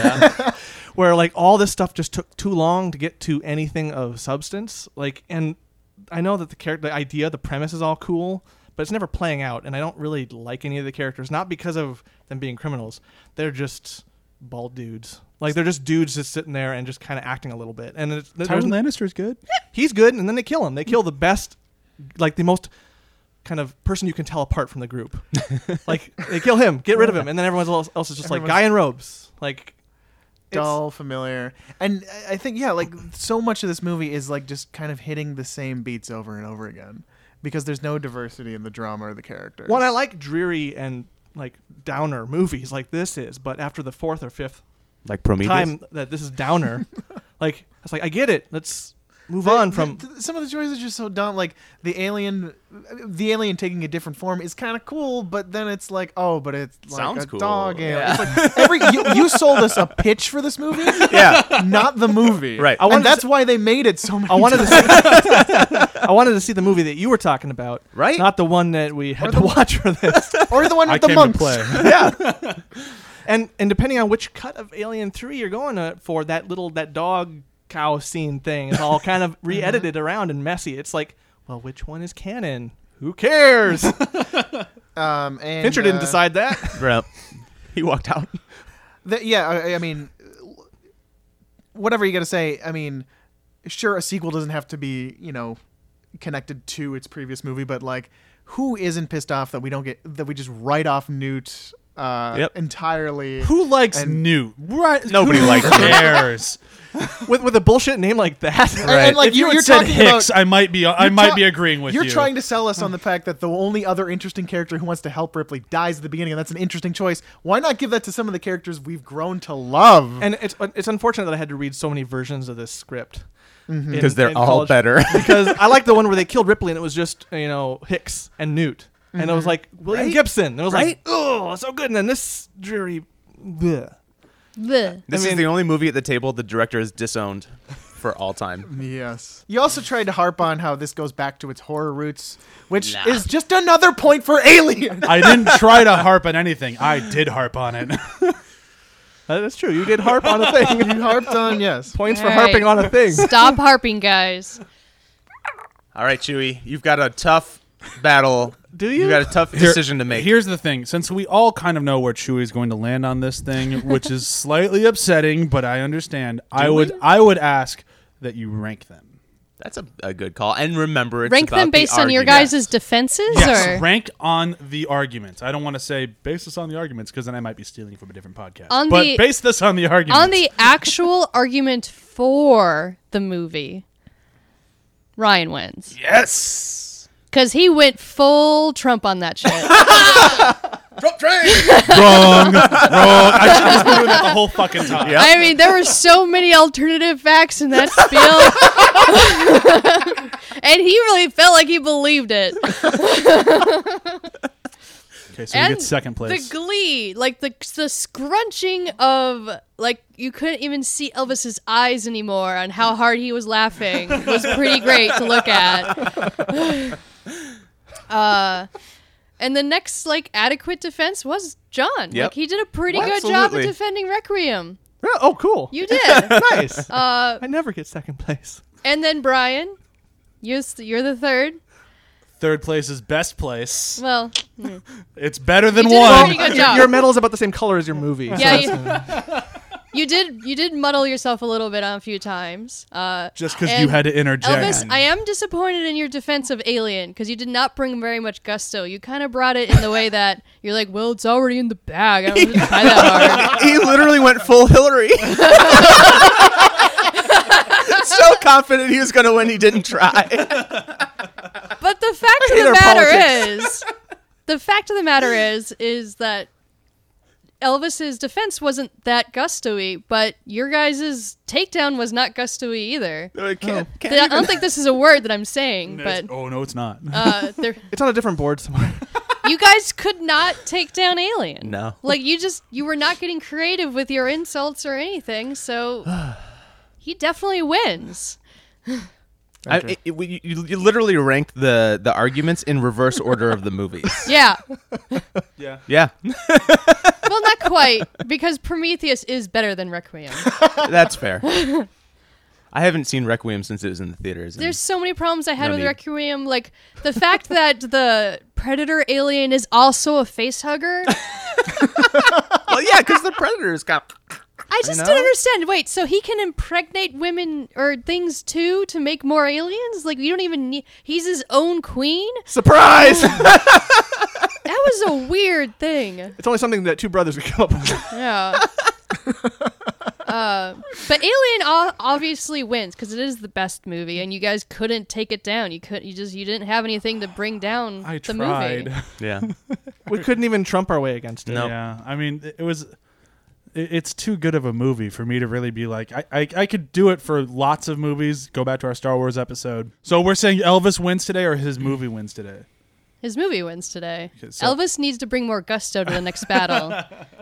Speaker 2: Where like all this stuff just took too long to get to anything of substance. Like, and I know that the character, the idea, the premise is all cool, but it's never playing out. And I don't really like any of the characters, not because of them being criminals. They're just bald dudes. Like they're just dudes just sitting there and just kind of acting a little bit. And it's, there's-
Speaker 1: Tywin Lannister is good.
Speaker 2: he's good, and then they kill him. They kill the best, like the most kind of person you can tell apart from the group. like they kill him, get rid of him, and then everyone else, else is just like guy in robes. Like
Speaker 5: dull, familiar. And I- I think yeah, like so much of this movie is like just kind of hitting the same beats over and over again because there's no diversity in the drama or the characters.
Speaker 2: Well, and I like dreary and like downer movies like this is, but after the fourth or fifth
Speaker 4: like Prometheus.
Speaker 2: time that this is downer, like it's like I get it. Let's move
Speaker 5: The-
Speaker 2: on
Speaker 5: the-
Speaker 2: from.
Speaker 5: th- some of the choices are just so dumb. Like the alien, the alien taking a different form is kind of cool, but then it's like, oh, but it's like
Speaker 4: Sounds
Speaker 5: a
Speaker 4: cool.
Speaker 5: dog. alien.
Speaker 4: Yeah.
Speaker 5: It's like every you, you sold us a pitch for this movie,
Speaker 4: yeah,
Speaker 5: not the movie,
Speaker 4: Right. I
Speaker 5: And
Speaker 2: wanted to
Speaker 5: that's why they made it so many.
Speaker 2: I wanted to see, I wanted to see the movie that you were talking about,
Speaker 4: Right?
Speaker 2: Not the one that we had to watch for this.
Speaker 5: times. or the one
Speaker 1: I
Speaker 5: with the
Speaker 1: came
Speaker 5: monks.
Speaker 1: to play.
Speaker 2: and and depending on which cut of Alien Three you're going to, for, that little that dog cow scene thing is all kind
Speaker 4: Uh-huh.
Speaker 2: of re-edited around and messy. It's like, well, which one is canon? Who cares?
Speaker 5: Um, and,
Speaker 2: Fincher didn't
Speaker 5: uh,
Speaker 2: decide that.
Speaker 4: Bro. He walked out.
Speaker 5: Th yeah, I, I mean, whatever you got to say. I mean, sure, a sequel doesn't have to be you know connected to its previous movie, but like, who isn't pissed off that we don't get that we just write off Newt uh,
Speaker 4: Yep.
Speaker 5: entirely?
Speaker 1: Who likes
Speaker 5: And-
Speaker 1: Newt? Right?
Speaker 4: Nobody
Speaker 1: who
Speaker 4: likes Newt.
Speaker 1: cares.
Speaker 2: with with a bullshit name like that.
Speaker 5: And, and, like
Speaker 1: if you,
Speaker 5: are
Speaker 1: had
Speaker 5: you're
Speaker 1: said
Speaker 5: talking
Speaker 1: Hicks,
Speaker 5: about.
Speaker 1: I might be I might
Speaker 5: ta-
Speaker 1: be agreeing with
Speaker 5: you're
Speaker 1: you.
Speaker 5: trying to sell us on the fact that the only other interesting character who wants to help Ripley dies at the beginning, and that's an interesting choice. Why not give that to some of the characters we've grown to love?
Speaker 2: And it's uh, it's unfortunate that I had to read so many versions of this script
Speaker 4: Because they're
Speaker 2: in
Speaker 4: all
Speaker 2: college.
Speaker 4: better.
Speaker 2: because I like the one where they killed Ripley and it was just you know Hicks and Newt, and it was like William
Speaker 4: Mm-hmm. Right?
Speaker 2: Gibson. And it was
Speaker 4: Right?
Speaker 2: like oh so good, and then this dreary. bleh.
Speaker 3: Bleh.
Speaker 4: This
Speaker 2: mean-
Speaker 4: is the only movie at the table the director is disowned for all time.
Speaker 5: Yes. You also tried to harp on how this goes back to its horror roots, which
Speaker 4: Nah.
Speaker 5: is just another point for Alien.
Speaker 1: I didn't try to harp on anything. I did harp on it.
Speaker 2: Uh, that's true. You did harp on a thing.
Speaker 5: you harped on yes.
Speaker 2: Points for
Speaker 3: All
Speaker 2: harping
Speaker 3: right.
Speaker 2: on a thing.
Speaker 3: Stop harping, guys.
Speaker 4: All right, Chewie, you've got a tough battle.
Speaker 2: Do you?
Speaker 4: You got a tough
Speaker 1: Here-
Speaker 4: decision to make.
Speaker 1: Here's the thing: since we all kind of know where Chewie's going to land on this thing, which is slightly upsetting, but I understand. I would I would ask that you rank them.
Speaker 4: That's a, a good call. And remember, it's
Speaker 3: Rank
Speaker 4: about
Speaker 3: them
Speaker 4: the
Speaker 3: based on your
Speaker 4: argument.
Speaker 3: guys' defenses, or
Speaker 1: rank on the arguments. I don't want to say base this on the arguments because then I might be stealing from a different podcast.
Speaker 3: On
Speaker 1: but
Speaker 3: the-
Speaker 1: base this on the arguments.
Speaker 3: on the actual argument for the movie. Ryan wins
Speaker 1: yes,
Speaker 3: because he went full Trump on that shit.
Speaker 1: wrong, wrong. I was doing that the whole fucking time.
Speaker 4: Yeah.
Speaker 3: I mean, there were so many alternative facts in that spiel. and he really felt like he believed it.
Speaker 1: Okay, so you
Speaker 3: And
Speaker 1: get second place.
Speaker 3: The glee, like the the scrunching of like you couldn't even see Elvis's eyes anymore on how hard he was laughing was pretty great to look at. uh and the next like adequate defense was John.
Speaker 4: Yep.
Speaker 3: Like he did a pretty good job of
Speaker 4: Absolutely.
Speaker 3: defending Requiem.
Speaker 2: Yeah, oh, cool.
Speaker 3: You did.
Speaker 2: nice.
Speaker 3: uh
Speaker 2: I never get second place.
Speaker 3: and then Brian, you're s- you're the third.
Speaker 1: Third place is best place.
Speaker 3: Well,
Speaker 1: It's better than
Speaker 3: You did a
Speaker 1: one.
Speaker 3: pretty good
Speaker 2: Your,
Speaker 3: job.
Speaker 2: your medal's about the same color as your movie. so
Speaker 3: Yeah,
Speaker 2: it's-
Speaker 3: you did you did muddle yourself a little bit on a few times. Uh
Speaker 1: Just because
Speaker 3: And
Speaker 1: you had to interject.
Speaker 3: Elvis, I am disappointed in your defense of Alien because you did not bring very much gusto. You kind of brought it in the way that you're like, well, it's already in the bag. I don't have to try that hard.
Speaker 4: he literally went full Hillary. so confident he was going to win, he didn't try.
Speaker 3: But the fact of
Speaker 4: Inner
Speaker 3: the matter is, the fact of the matter is, is that Elvis's defense wasn't that gusto-y, but your guys' takedown was not gusto-y either.
Speaker 4: Hmm.
Speaker 3: I don't think this is a word that I'm saying, but
Speaker 1: oh no, it's not.
Speaker 3: uh, there,
Speaker 2: it's on a different board somewhere.
Speaker 3: you guys could not take down Alien.
Speaker 4: No.
Speaker 3: Like you just you were not getting creative with your insults or anything, so he definitely wins.
Speaker 4: I, it, it- we- you, you literally ranked the, the arguments in reverse order of the movies.
Speaker 3: Yeah.
Speaker 4: Yeah,
Speaker 3: Well, not quite because Prometheus is better than Requiem.
Speaker 4: that's fair. I haven't seen Requiem since it was in the theaters. and-
Speaker 3: There's so many problems I had
Speaker 4: No
Speaker 3: with
Speaker 4: need.
Speaker 3: Requiem, like the fact that the predator alien is also a face hugger.
Speaker 4: well, yeah, because the Predators got.
Speaker 3: I just
Speaker 4: know.
Speaker 3: don't understand. Wait, so he can impregnate women or things too to make more aliens? Like you don't even need. He's his own queen.
Speaker 2: Surprise!
Speaker 3: That was a weird thing.
Speaker 2: it's only something that two brothers could come up with.
Speaker 3: Yeah. Uh, But Alien o- obviously wins because it is the best movie, and you guys couldn't take it down. You could, you just, you didn't have anything to bring down
Speaker 1: I
Speaker 3: the
Speaker 1: tried.
Speaker 3: movie.
Speaker 4: Yeah.
Speaker 2: we couldn't even trump our way against it.
Speaker 4: No. Nope.
Speaker 1: Yeah, I mean, it it was. it- It's too good of a movie for me to really be like. I, I, I could do it for lots of movies. Go back to our Star Wars episode. So we're saying Elvis wins today, or his movie wins today.
Speaker 3: His movie wins today.
Speaker 1: Okay, so-
Speaker 3: Elvis needs to bring more gusto to the next battle.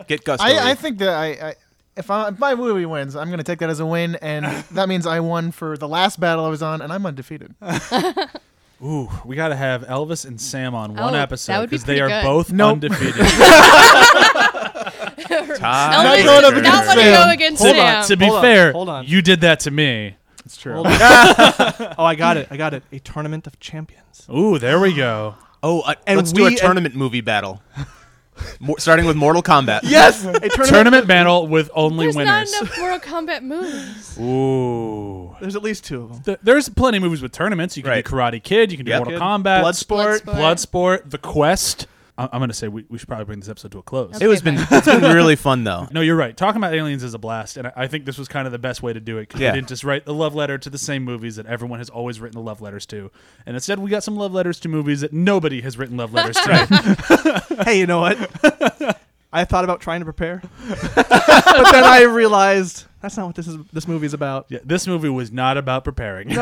Speaker 4: Get gusto.
Speaker 5: I, I think that I, I if, I, if my movie wins, I'm gonna take that as a win, and that means I won for the last battle I was on, and I'm undefeated.
Speaker 1: Ooh, we gotta have Elvis and Sam on one
Speaker 3: Oh, that
Speaker 1: episode
Speaker 3: would be
Speaker 1: because they
Speaker 3: pretty
Speaker 1: are
Speaker 3: good.
Speaker 1: both
Speaker 5: Nope.
Speaker 1: undefeated.
Speaker 4: Time
Speaker 3: Elvis
Speaker 5: Not going up
Speaker 3: does
Speaker 5: against
Speaker 3: not want to
Speaker 5: Sam.
Speaker 3: go against
Speaker 1: Hold
Speaker 3: Sam.
Speaker 1: on. To be
Speaker 2: Hold on,
Speaker 1: fair,
Speaker 2: hold on.
Speaker 1: you did that to me.
Speaker 5: It's true.
Speaker 2: Hold on. oh, I got it. I got it. A tournament of champions.
Speaker 1: Ooh, there we go.
Speaker 4: Oh, uh,
Speaker 2: And
Speaker 4: let's do
Speaker 2: we-
Speaker 4: a tournament movie battle. Mo- starting with Mortal Kombat.
Speaker 2: Yes, a tournament.
Speaker 1: Tournament battle with only
Speaker 3: There's
Speaker 1: winners.
Speaker 3: not enough Mortal Kombat movies.
Speaker 1: Ooh.
Speaker 2: There's at least two of them.
Speaker 1: Th- There's plenty of movies with tournaments. You can
Speaker 4: Right.
Speaker 1: do Karate Kid. You can do
Speaker 4: Yep.
Speaker 1: Mortal
Speaker 4: Kid.
Speaker 1: Kombat.
Speaker 4: Bloodsport.
Speaker 3: Bloodsport.
Speaker 1: Bloodsport. The Quest. I- I'm gonna say we, we should probably bring this episode to a close.
Speaker 3: Okay.
Speaker 4: It was been it's been really fun though.
Speaker 1: No, you're right. Talking about aliens is a blast, and I, I think this was kind of the best way to do it because
Speaker 4: Yeah.
Speaker 1: we didn't just write a love letter to the same movies that everyone has always written love letters to, and instead we got some love letters to movies that nobody has written love letters to.
Speaker 2: Hey, you know what? I thought about trying to prepare, but then I realized that's not what this is. This movie's about.
Speaker 1: yeah, this movie was not about preparing.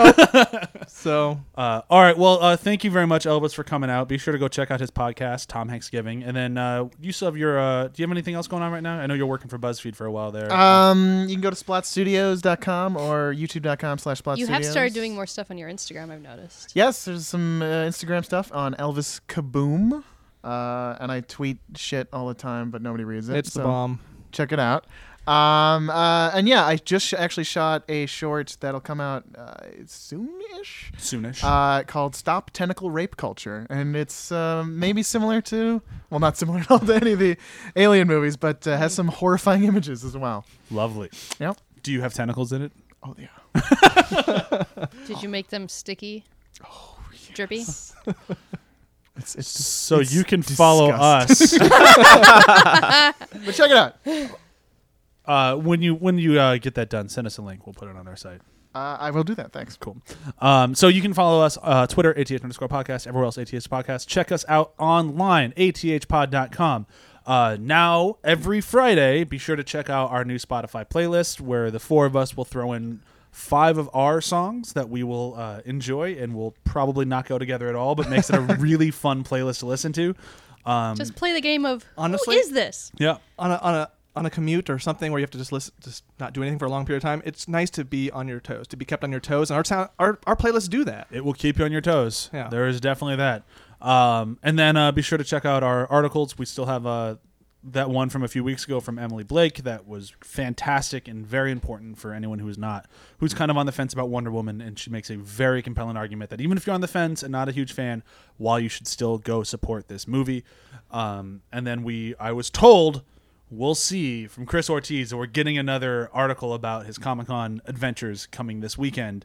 Speaker 2: So
Speaker 1: Uh, all right. Well, uh, thank you very much, Elvis, for coming out. Be sure to go check out his podcast, Tom Hanks Giving. And then uh, you still have your. Uh, do you have anything else going on right now? I know you're working for BuzzFeed for a while there.
Speaker 5: Um, you can go to splotstudios.com or youtube.com slash splotstudios.
Speaker 3: You have started doing more stuff on your Instagram, I've noticed.
Speaker 5: Yes, there's some uh, Instagram stuff on Elvis Kaboom. Uh, and I tweet shit all the time, but nobody reads it.
Speaker 2: it's the
Speaker 5: so
Speaker 2: bomb.
Speaker 5: Check it out. Um, uh, and yeah, I just sh- actually shot a short that'll come out uh, soonish
Speaker 1: Soonish.
Speaker 5: uh, called "Stop Tentacle Rape Culture," and it's uh, maybe similar to, well, not similar at all to any of the Alien movies, but uh, has some horrifying images as well.
Speaker 1: Lovely.
Speaker 5: Yep.
Speaker 1: Do you have tentacles in it?
Speaker 5: Oh yeah.
Speaker 3: Did
Speaker 4: Oh.
Speaker 3: you make them sticky? Drippy?
Speaker 5: It's, it's
Speaker 1: So
Speaker 5: It's
Speaker 1: you can follow us
Speaker 5: But check it out.
Speaker 1: uh, when you when you uh, get that done. Send us a link. We'll put it on our site.
Speaker 5: Uh, I will do that. Thanks.
Speaker 1: Cool. Um, so you can follow us uh, Twitter, ATH underscore podcast, everywhere else, ATH podcast. Check us out online, athpod.com. Uh, now, every Friday, be sure to check out our new Spotify playlist where the four of us will throw in five of our songs that we will uh, enjoy and will probably not go together at all, but makes it a really fun playlist to listen to. Um,
Speaker 3: Just play the game of
Speaker 2: Honestly?
Speaker 3: who is this?
Speaker 1: yeah.
Speaker 2: On a on a on a commute or something where you have to just listen, just not do anything for a long period of time. It's nice to be on your toes, to be kept on your toes, and our town, our our playlists do that.
Speaker 1: it will keep you on your toes.
Speaker 2: Yeah.
Speaker 1: There is definitely that. Um, and then uh, be sure to check out our articles. We still have uh, that one from a few weeks ago from Emily Blake that was fantastic and very important for anyone who's not, who's kind of on the fence about Wonder Woman. And she makes a very compelling argument that even if you're on the fence and not a huge fan, while you should still go support this movie. Um, and then we, I was told we'll see from Chris Ortiz. We're getting another article about his Comic Con adventures coming this weekend.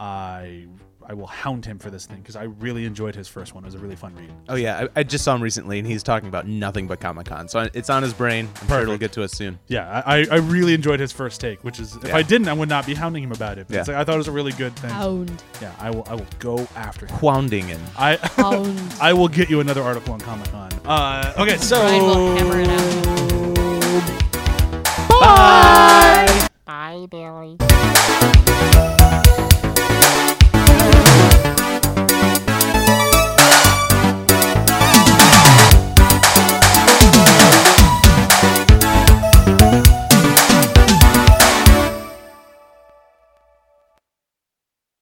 Speaker 1: I I will hound him for this thing because I really enjoyed his first one. It was a really fun read.
Speaker 4: Oh yeah, I, I just saw him recently, and he's talking about nothing but Comic Con. So it's on his brain. I'm sure it'll get to us soon.
Speaker 1: Yeah, I, I- I really enjoyed his first take, which is if
Speaker 4: Yeah.
Speaker 1: I didn't, I would not be hounding him about it. But
Speaker 4: Yeah.
Speaker 1: it's like, I thought it was a really good thing.
Speaker 3: Hound.
Speaker 1: Yeah, I will I will go after him.
Speaker 4: Quounding in.
Speaker 1: I
Speaker 3: Hound.
Speaker 1: I will get you another article on Comic Con. Uh, okay, so
Speaker 3: Ryan will hammer him.